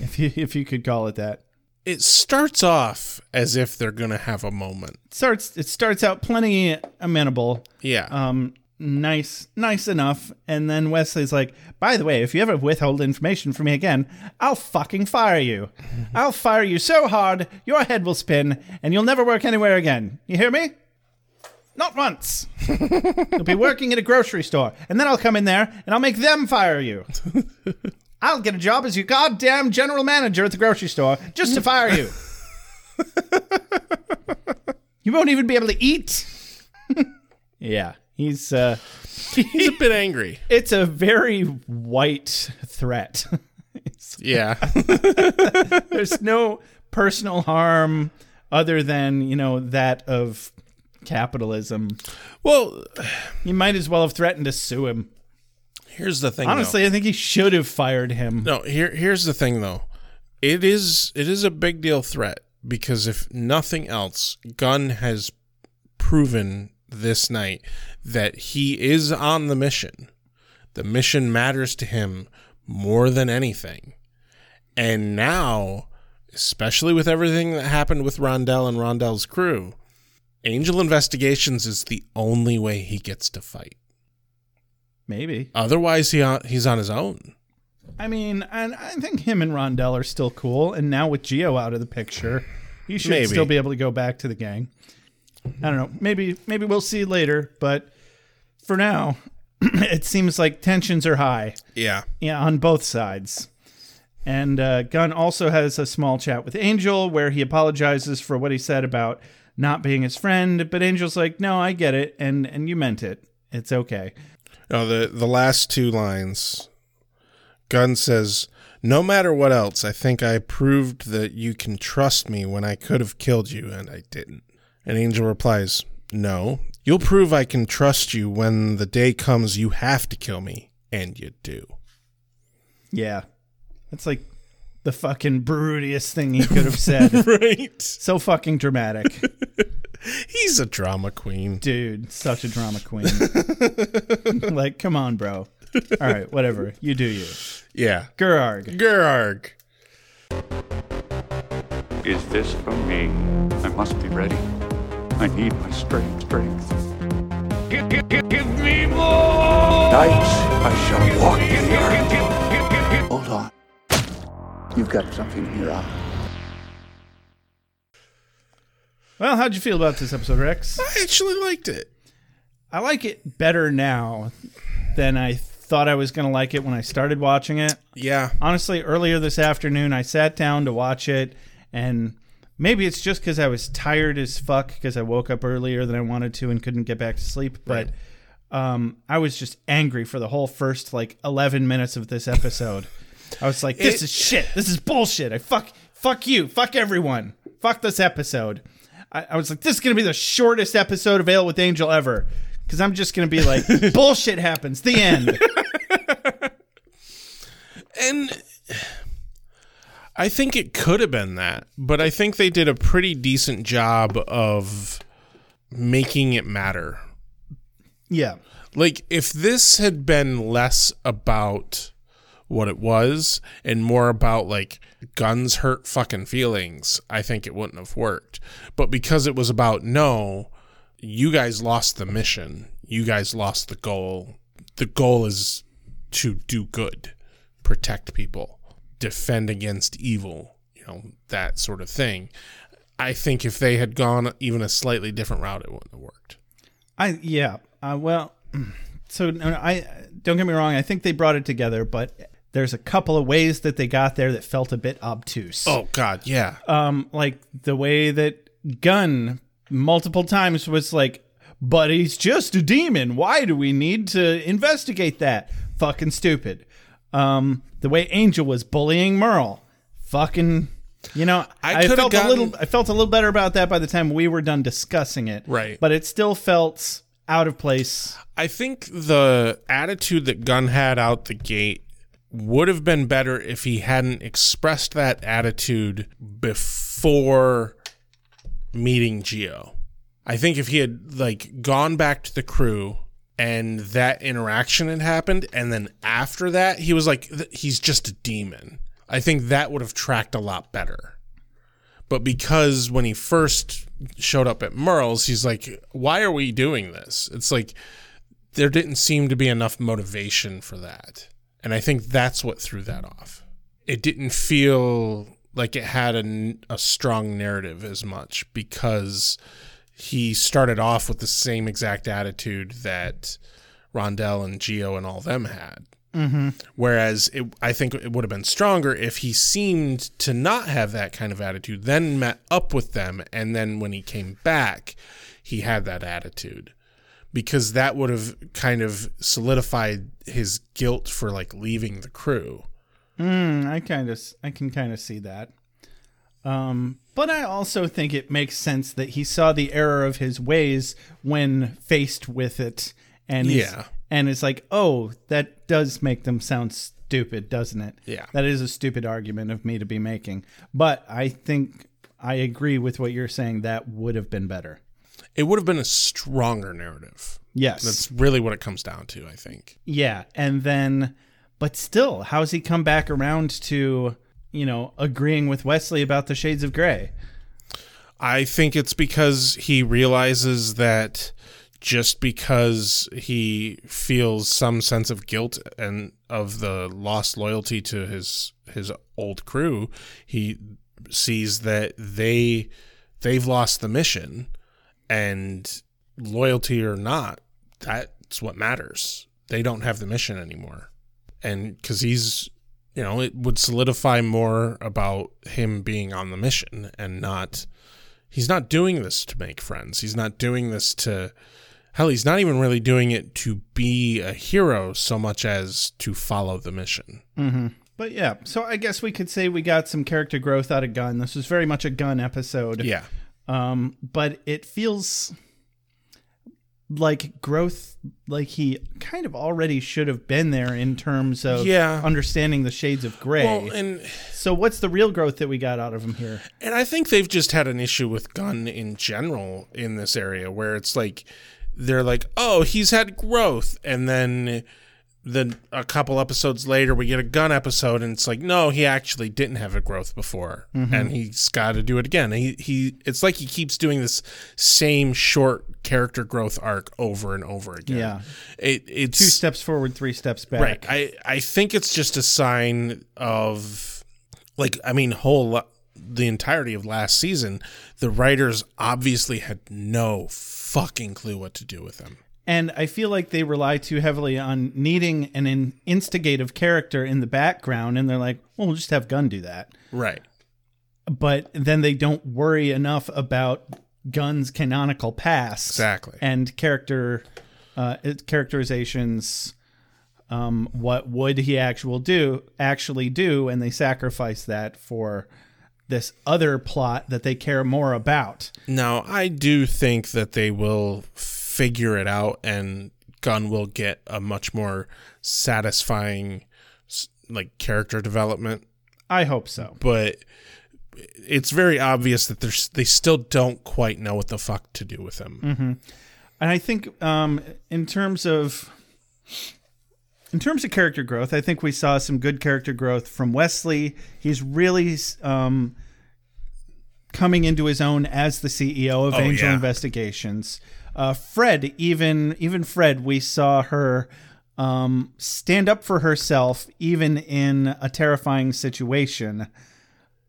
If you if you could call it that.
It starts off as if they're gonna have a moment.
It starts it starts out plenty amenable.
Yeah,
Um nice nice enough. And then Wesley's like, by the way, if you ever withhold information from me again, I'll fucking fire you. I'll fire you so hard your head will spin and you'll never work anywhere again. You hear me? Not once. You'll be working at a grocery store, and then I'll come in there and I'll make them fire you. I'll get a job as your goddamn general manager at the grocery store just to fire you. you won't even be able to eat. yeah, he's uh,
he's a bit angry.
it's a very white threat.
Yeah,
There's no personal harm other than you know that of capitalism.
well,
You might as well have threatened to sue him.
here's the thing. though.
Honestly, I think he should have fired him.
No, here here's the thing though. It is it is a big deal threat because if nothing else, Gunn has proven this night that he is on the mission. The mission matters to him more than anything. And now, especially with everything that happened with Rondell and Rondell's crew, Angel Investigations is the only way he gets to fight.
Maybe.
Otherwise, he on, he's on his own.
I mean, and I think him and Rondell are still cool. And now with Geo out of the picture, he should
Maybe.
still be able to go back to the gang. I don't know. Maybe maybe we'll see later, but for now, it seems like tensions are high
Yeah.
yeah, on both sides. And uh, Gunn also has a small chat with Angel where he apologizes for what he said about not being his friend, but Angel's like, "No, I get it, and and you meant it. It's okay."
No, Oh, the the last two lines. Gunn says, "No matter what else, I think I proved that you can trust me when I could have killed you and I didn't." And Angel replies, "No. You'll prove I can trust you when the day comes you have to kill me, and you do."
Yeah, that's like the fucking broodiest thing he could have said.
Right.
so fucking dramatic,
He's a drama queen.
dude. Such a drama queen. like, come on, bro. All right, whatever. You do you.
Yeah.
Gerarg.
Gerarg.
Is this for me? I must be ready. I need my strength. Strength. Give, give, give, give me more.
Nights I shall walk the earth. Hold on. You've got something in your eye.
Well, how'd you feel about this episode, Rex?
I actually liked it.
I like it better now than I thought I was going to like it when I started watching it.
Yeah.
Honestly, earlier this afternoon, I sat down to watch it, and maybe it's just because I was tired as fuck because I woke up earlier than I wanted to and couldn't get back to sleep. But um, I was just angry for the whole first like 11 minutes of this episode. I was like, this
It-
is shit. This is bullshit. I fuck, fuck you. Fuck everyone. Fuck this episode. I, I was like, this is going to be the shortest episode of Ale with Angel ever. Because I'm just going to be like, bullshit happens. The end.
And I think it could have been that, but I think they did a pretty decent job of making it matter.
Yeah.
Like if this had been less about what it was and more about like guns hurt fucking feelings, I think it wouldn't have worked. But because it was about no, you guys lost the mission. You guys lost the goal. The goal is to do good, protect people, defend against evil, you know, that sort of thing. I think if they had gone even a slightly different route, it wouldn't have worked.
I yeah. Uh, well, so no, no, I don't get me wrong. I think they brought it together, but there's a couple of ways that they got there that felt a bit obtuse.
Oh, God, yeah.
Um, like the way that Gun multiple times was like, "But he's just a demon. Why do we need to investigate that?" Fucking stupid. Um, the way Angel was bullying Merle, fucking. You know,
I
I,
could've
felt a
gotten-
little. I felt a little better about that by the time we were done discussing it.
Right.
But it still felt out of place.
I think the attitude that Gunn had out the gate would have been better if he hadn't expressed that attitude before meeting Geo. I think if he had like gone back to the crew and that interaction had happened and then after that he was like "Th- he's just a demon. I think that would have tracked a lot better. But because when he first showed up at Merle's, he's like, why are we doing this? It's like there didn't seem to be enough motivation for that. And I think that's what threw that off. It didn't feel like it had a, n- a strong narrative as much because he started off with the same exact attitude that Rondell and Geo and all them had.
Mm-hmm.
Whereas it, I think it would have been stronger if he seemed to not have that kind of attitude, then met up with them, and then when he came back, he had that attitude. Because that would have kind of solidified his guilt for like leaving the crew.
Mm, I kind of, I can kind of see that. Um, but I also think it makes sense that he saw the error of his ways when faced with it, and he's-
Yeah.
and it's like, oh, that does make them sound stupid, doesn't it?
Yeah.
that is a stupid argument of me to be making. But I think I agree with what you're saying. That would have been better.
It would have been a stronger narrative.
Yes.
That's really what it comes down to, I think.
Yeah, and then, but still, how's he come back around to you know agreeing with Wesley about the shades of gray?
I think it's because he realizes that just because he feels some sense of guilt and of the lost loyalty to his his old crew, he sees that they they've lost the mission and loyalty or not, that's what matters. They don't have the mission anymore. And cuz he's you know, it would solidify more about him being on the mission and not he's not doing this to make friends. He's not doing this to hell, he's not even really doing it to be a hero so much as to follow the mission.
Mm-hmm. But yeah, so I guess we could say we got some character growth out of Gun. This was very much a Gun episode.
Yeah.
Um, but it feels like growth, like he kind of already should have been there in terms of
Yeah.
understanding the shades of gray.
Well, and
so what's the real growth that we got out of him here?
And I think they've just had an issue with Gunn in general in this area where it's like they're like, oh, he's had growth. And then then a couple episodes later we get a gun episode and it's like, no, he actually didn't have a growth before.
Mm-hmm.
Mhm.
And he's gotta do it again. He he it's like he keeps doing this same short character growth arc over and over again.
Yeah.
It it's
Two steps forward, three steps back.
Right. I, I think it's just a sign of, like, I mean, whole the entirety of last season, the writers obviously had no fucking clue what to do with him.
And I feel like they rely too heavily on needing an in- instigative character in the background. And they're like, well, we'll just have Gunn do that.
Right.
But then they don't worry enough about Gunn's canonical past.
Exactly.
And character uh, it- characterizations. Um, what would he actual do actually do? And they sacrifice that for this other plot that they care more about.
Now, I do think that they will figure it out and Gunn will get a much more satisfying s- like character development.
I hope so.
But it's very obvious that there's they still don't quite know what the fuck to do with him.
hmm And I think um, in terms of in terms of character growth, I think we saw some good character growth from Wesley. He's really um, coming into his own as the CEO of
Oh,
Angel
yeah.
Investigations. Uh, Fred, even even Fred, we saw her um, stand up for herself, even in a terrifying situation.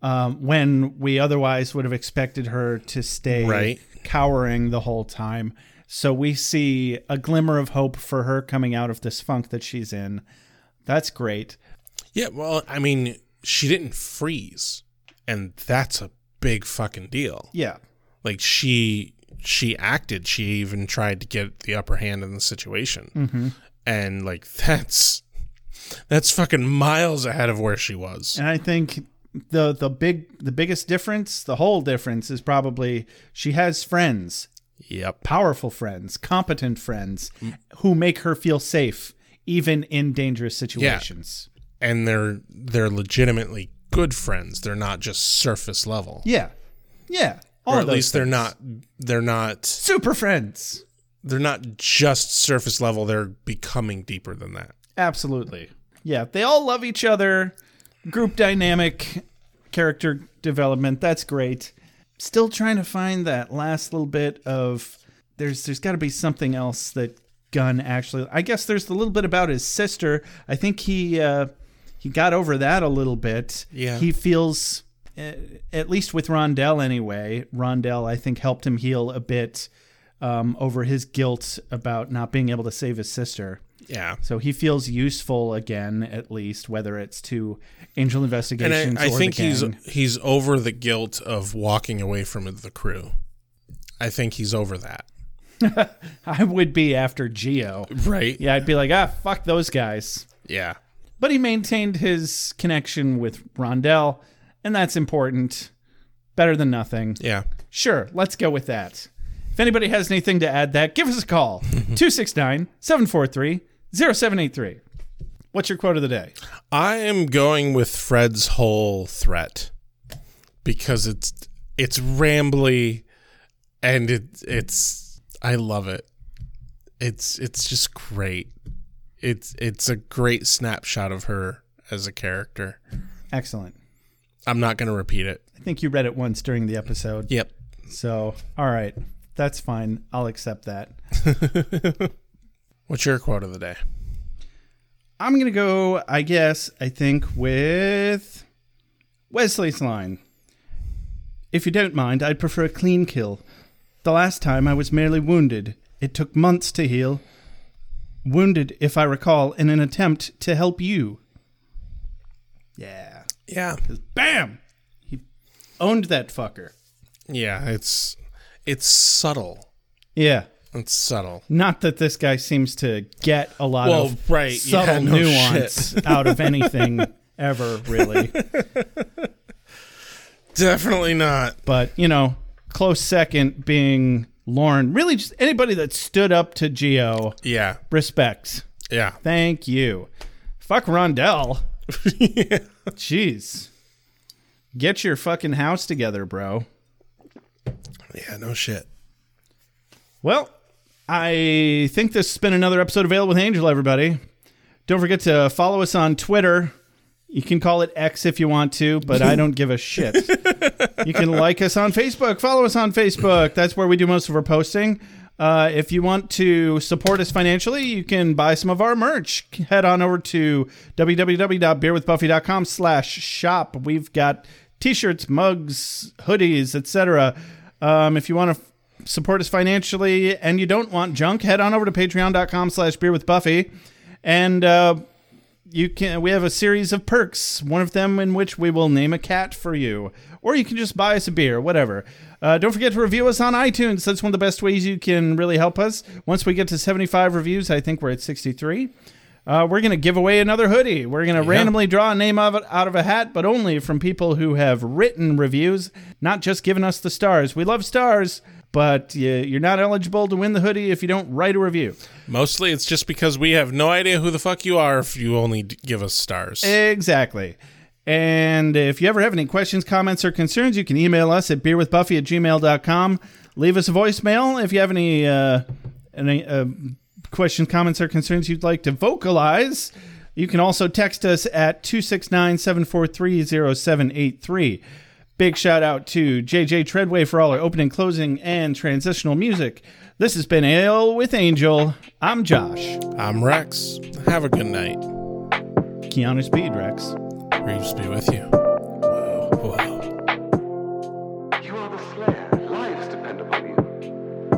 Um, when we otherwise would have expected her to stay
Right.
cowering the whole time. So we see a glimmer of hope for her coming out of this funk that she's in. That's great.
Yeah, well, I mean, she didn't freeze, and that's a big fucking deal.
Yeah.
Like she she acted, she even tried to get the upper hand in the situation.
Mhm.
And like that's that's fucking miles ahead of where she was.
And I think the the big the biggest difference, the whole difference is probably she has friends.
Yep.
Powerful friends, competent friends who make her feel safe even in dangerous situations.
Yeah. And they're they're legitimately good friends. They're not just surface level.
Yeah. Yeah. All
or
of
at
those
least they're
things.
not they're not
super friends.
They're not just surface level, they're becoming deeper than that.
Absolutely. Yeah, they all love each other. Group dynamic, character development, that's great. Still trying to find that last little bit of there's there's got to be something else that Gunn actually I guess there's a little bit about his sister. I think he uh he got over that a little bit.
Yeah.
He feels uh, at least with Rondell anyway. Rondell I think helped him heal a bit um, over his guilt about not being able to save his sister.
Yeah.
So he feels useful again, at least, whether it's to Angel
And
Investigations
I, I
or
think
the
he's
gang.
he's over the guilt of walking away from the crew. I think he's over that.
I would be after Geo.
Right.
Yeah, I'd be like, ah, fuck those guys.
Yeah.
But he maintained his connection with Rondell, and that's important. Better than nothing.
Yeah.
Sure, let's go with that. If anybody has anything to add that, give us a call 269 743 0783. What's your quote of the day?
I am going with Fred's whole threat because it's it's rambly and it it's I love it. It's it's just great. It's it's a great snapshot of her as a character.
Excellent.
I'm not going to repeat it.
I think you read it once during the episode.
Yep.
So, all right. That's fine. I'll accept that.
What's your quote of the day?
I'm going to go, I guess, I think, with Wesley's line. If you don't mind, I'd prefer a clean kill. The last time I was merely wounded. It took months to heal. Wounded, if I recall, in an attempt to help you. Yeah.
Yeah.
Bam! He owned that fucker.
Yeah, it's it's subtle.
Yeah.
It's subtle.
Not that this guy seems to get a lot
Well,
of
right, yeah,
subtle
no
nuance
shit.
out of anything ever, really.
Definitely not.
But, you know, close second being Lauren. Really, just anybody that stood up to Geo.
Yeah.
Respect.
Yeah.
Thank you. Fuck Rondell. Jeez. Get your fucking house together, bro.
Yeah, no shit.
Well, I think this has been another episode of Ale with Angel, everybody. Don't forget to follow us on Twitter. You can call it X if you want to, but I don't give a shit. You can like us on Facebook, follow us on Facebook. That's where we do most of our posting. Uh, if you want to support us financially, you can buy some of our merch. Head on over to www.beerwithbuffy.com slash shop. We've got t-shirts, mugs, hoodies, etc. Um, if you want to support us financially and you don't want junk, head on over to patreon.com slash beer with Buffy. And uh, you can we have a series of perks, one of them in which we will name a cat for you. Or you can just buy us a beer, whatever. Uh, don't forget to review us on iTunes. That's one of the best ways you can really help us. Once we get to 75 reviews, I think we're at 63. Uh, we're going to give away another hoodie. We're going to randomly draw a name of it out of a hat, but only from people who have written reviews, not just given us the stars. We love stars, but you- you're not eligible to win the hoodie if you don't write a review.
Mostly it's just because we have no idea who the fuck you are if you only d- give us stars.
Exactly. And if you ever have any questions, comments, or concerns, you can email us at beerwithbuffy at gmail.com. Leave us a voicemail if you have any, uh, any uh, questions, comments, or concerns you'd like to vocalize. You can also text us at 269 743 0783. Big shout out to JJ Treadway for all our opening, closing, and transitional music. This has been Ale with Angel. I'm Josh.
I'm Rex. Have a good night.
Keanu Speed, Rex.
Reeves be with you.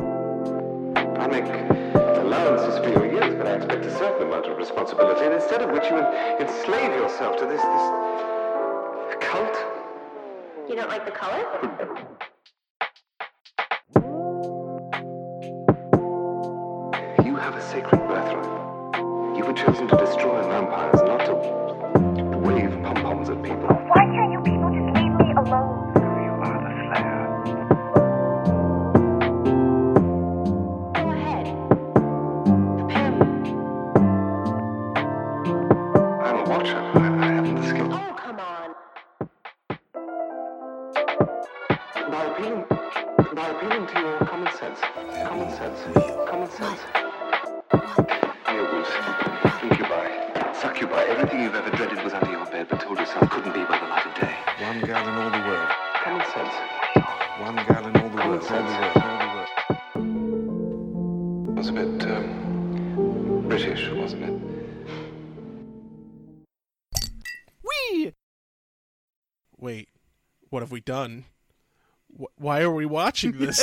I make allowances for your years, but I expect a certain amount of responsibility, and instead of which you en- enslave yourself to this, this cult.
You don't like the color?
You have a sacred birthright. You were chosen to destroy vampires, not to, to wave pom-poms at people. Why can't you people just leave me alone? You are the Slayer. I'm a watcher. I, I haven't the skill. Oh, come on. By appealing, by appealing to your common sense, common sense, common sense. Werewolves, incubi, succubi, everything you've ever dreaded was under your bed, but told yourself couldn't be by the light of day. One girl in all the world. Common sense. One girl in all the world. All the world. All the world. It was a bit um, British, wasn't it?
Wee! Wait, what have we done? Wh- why are we watching this?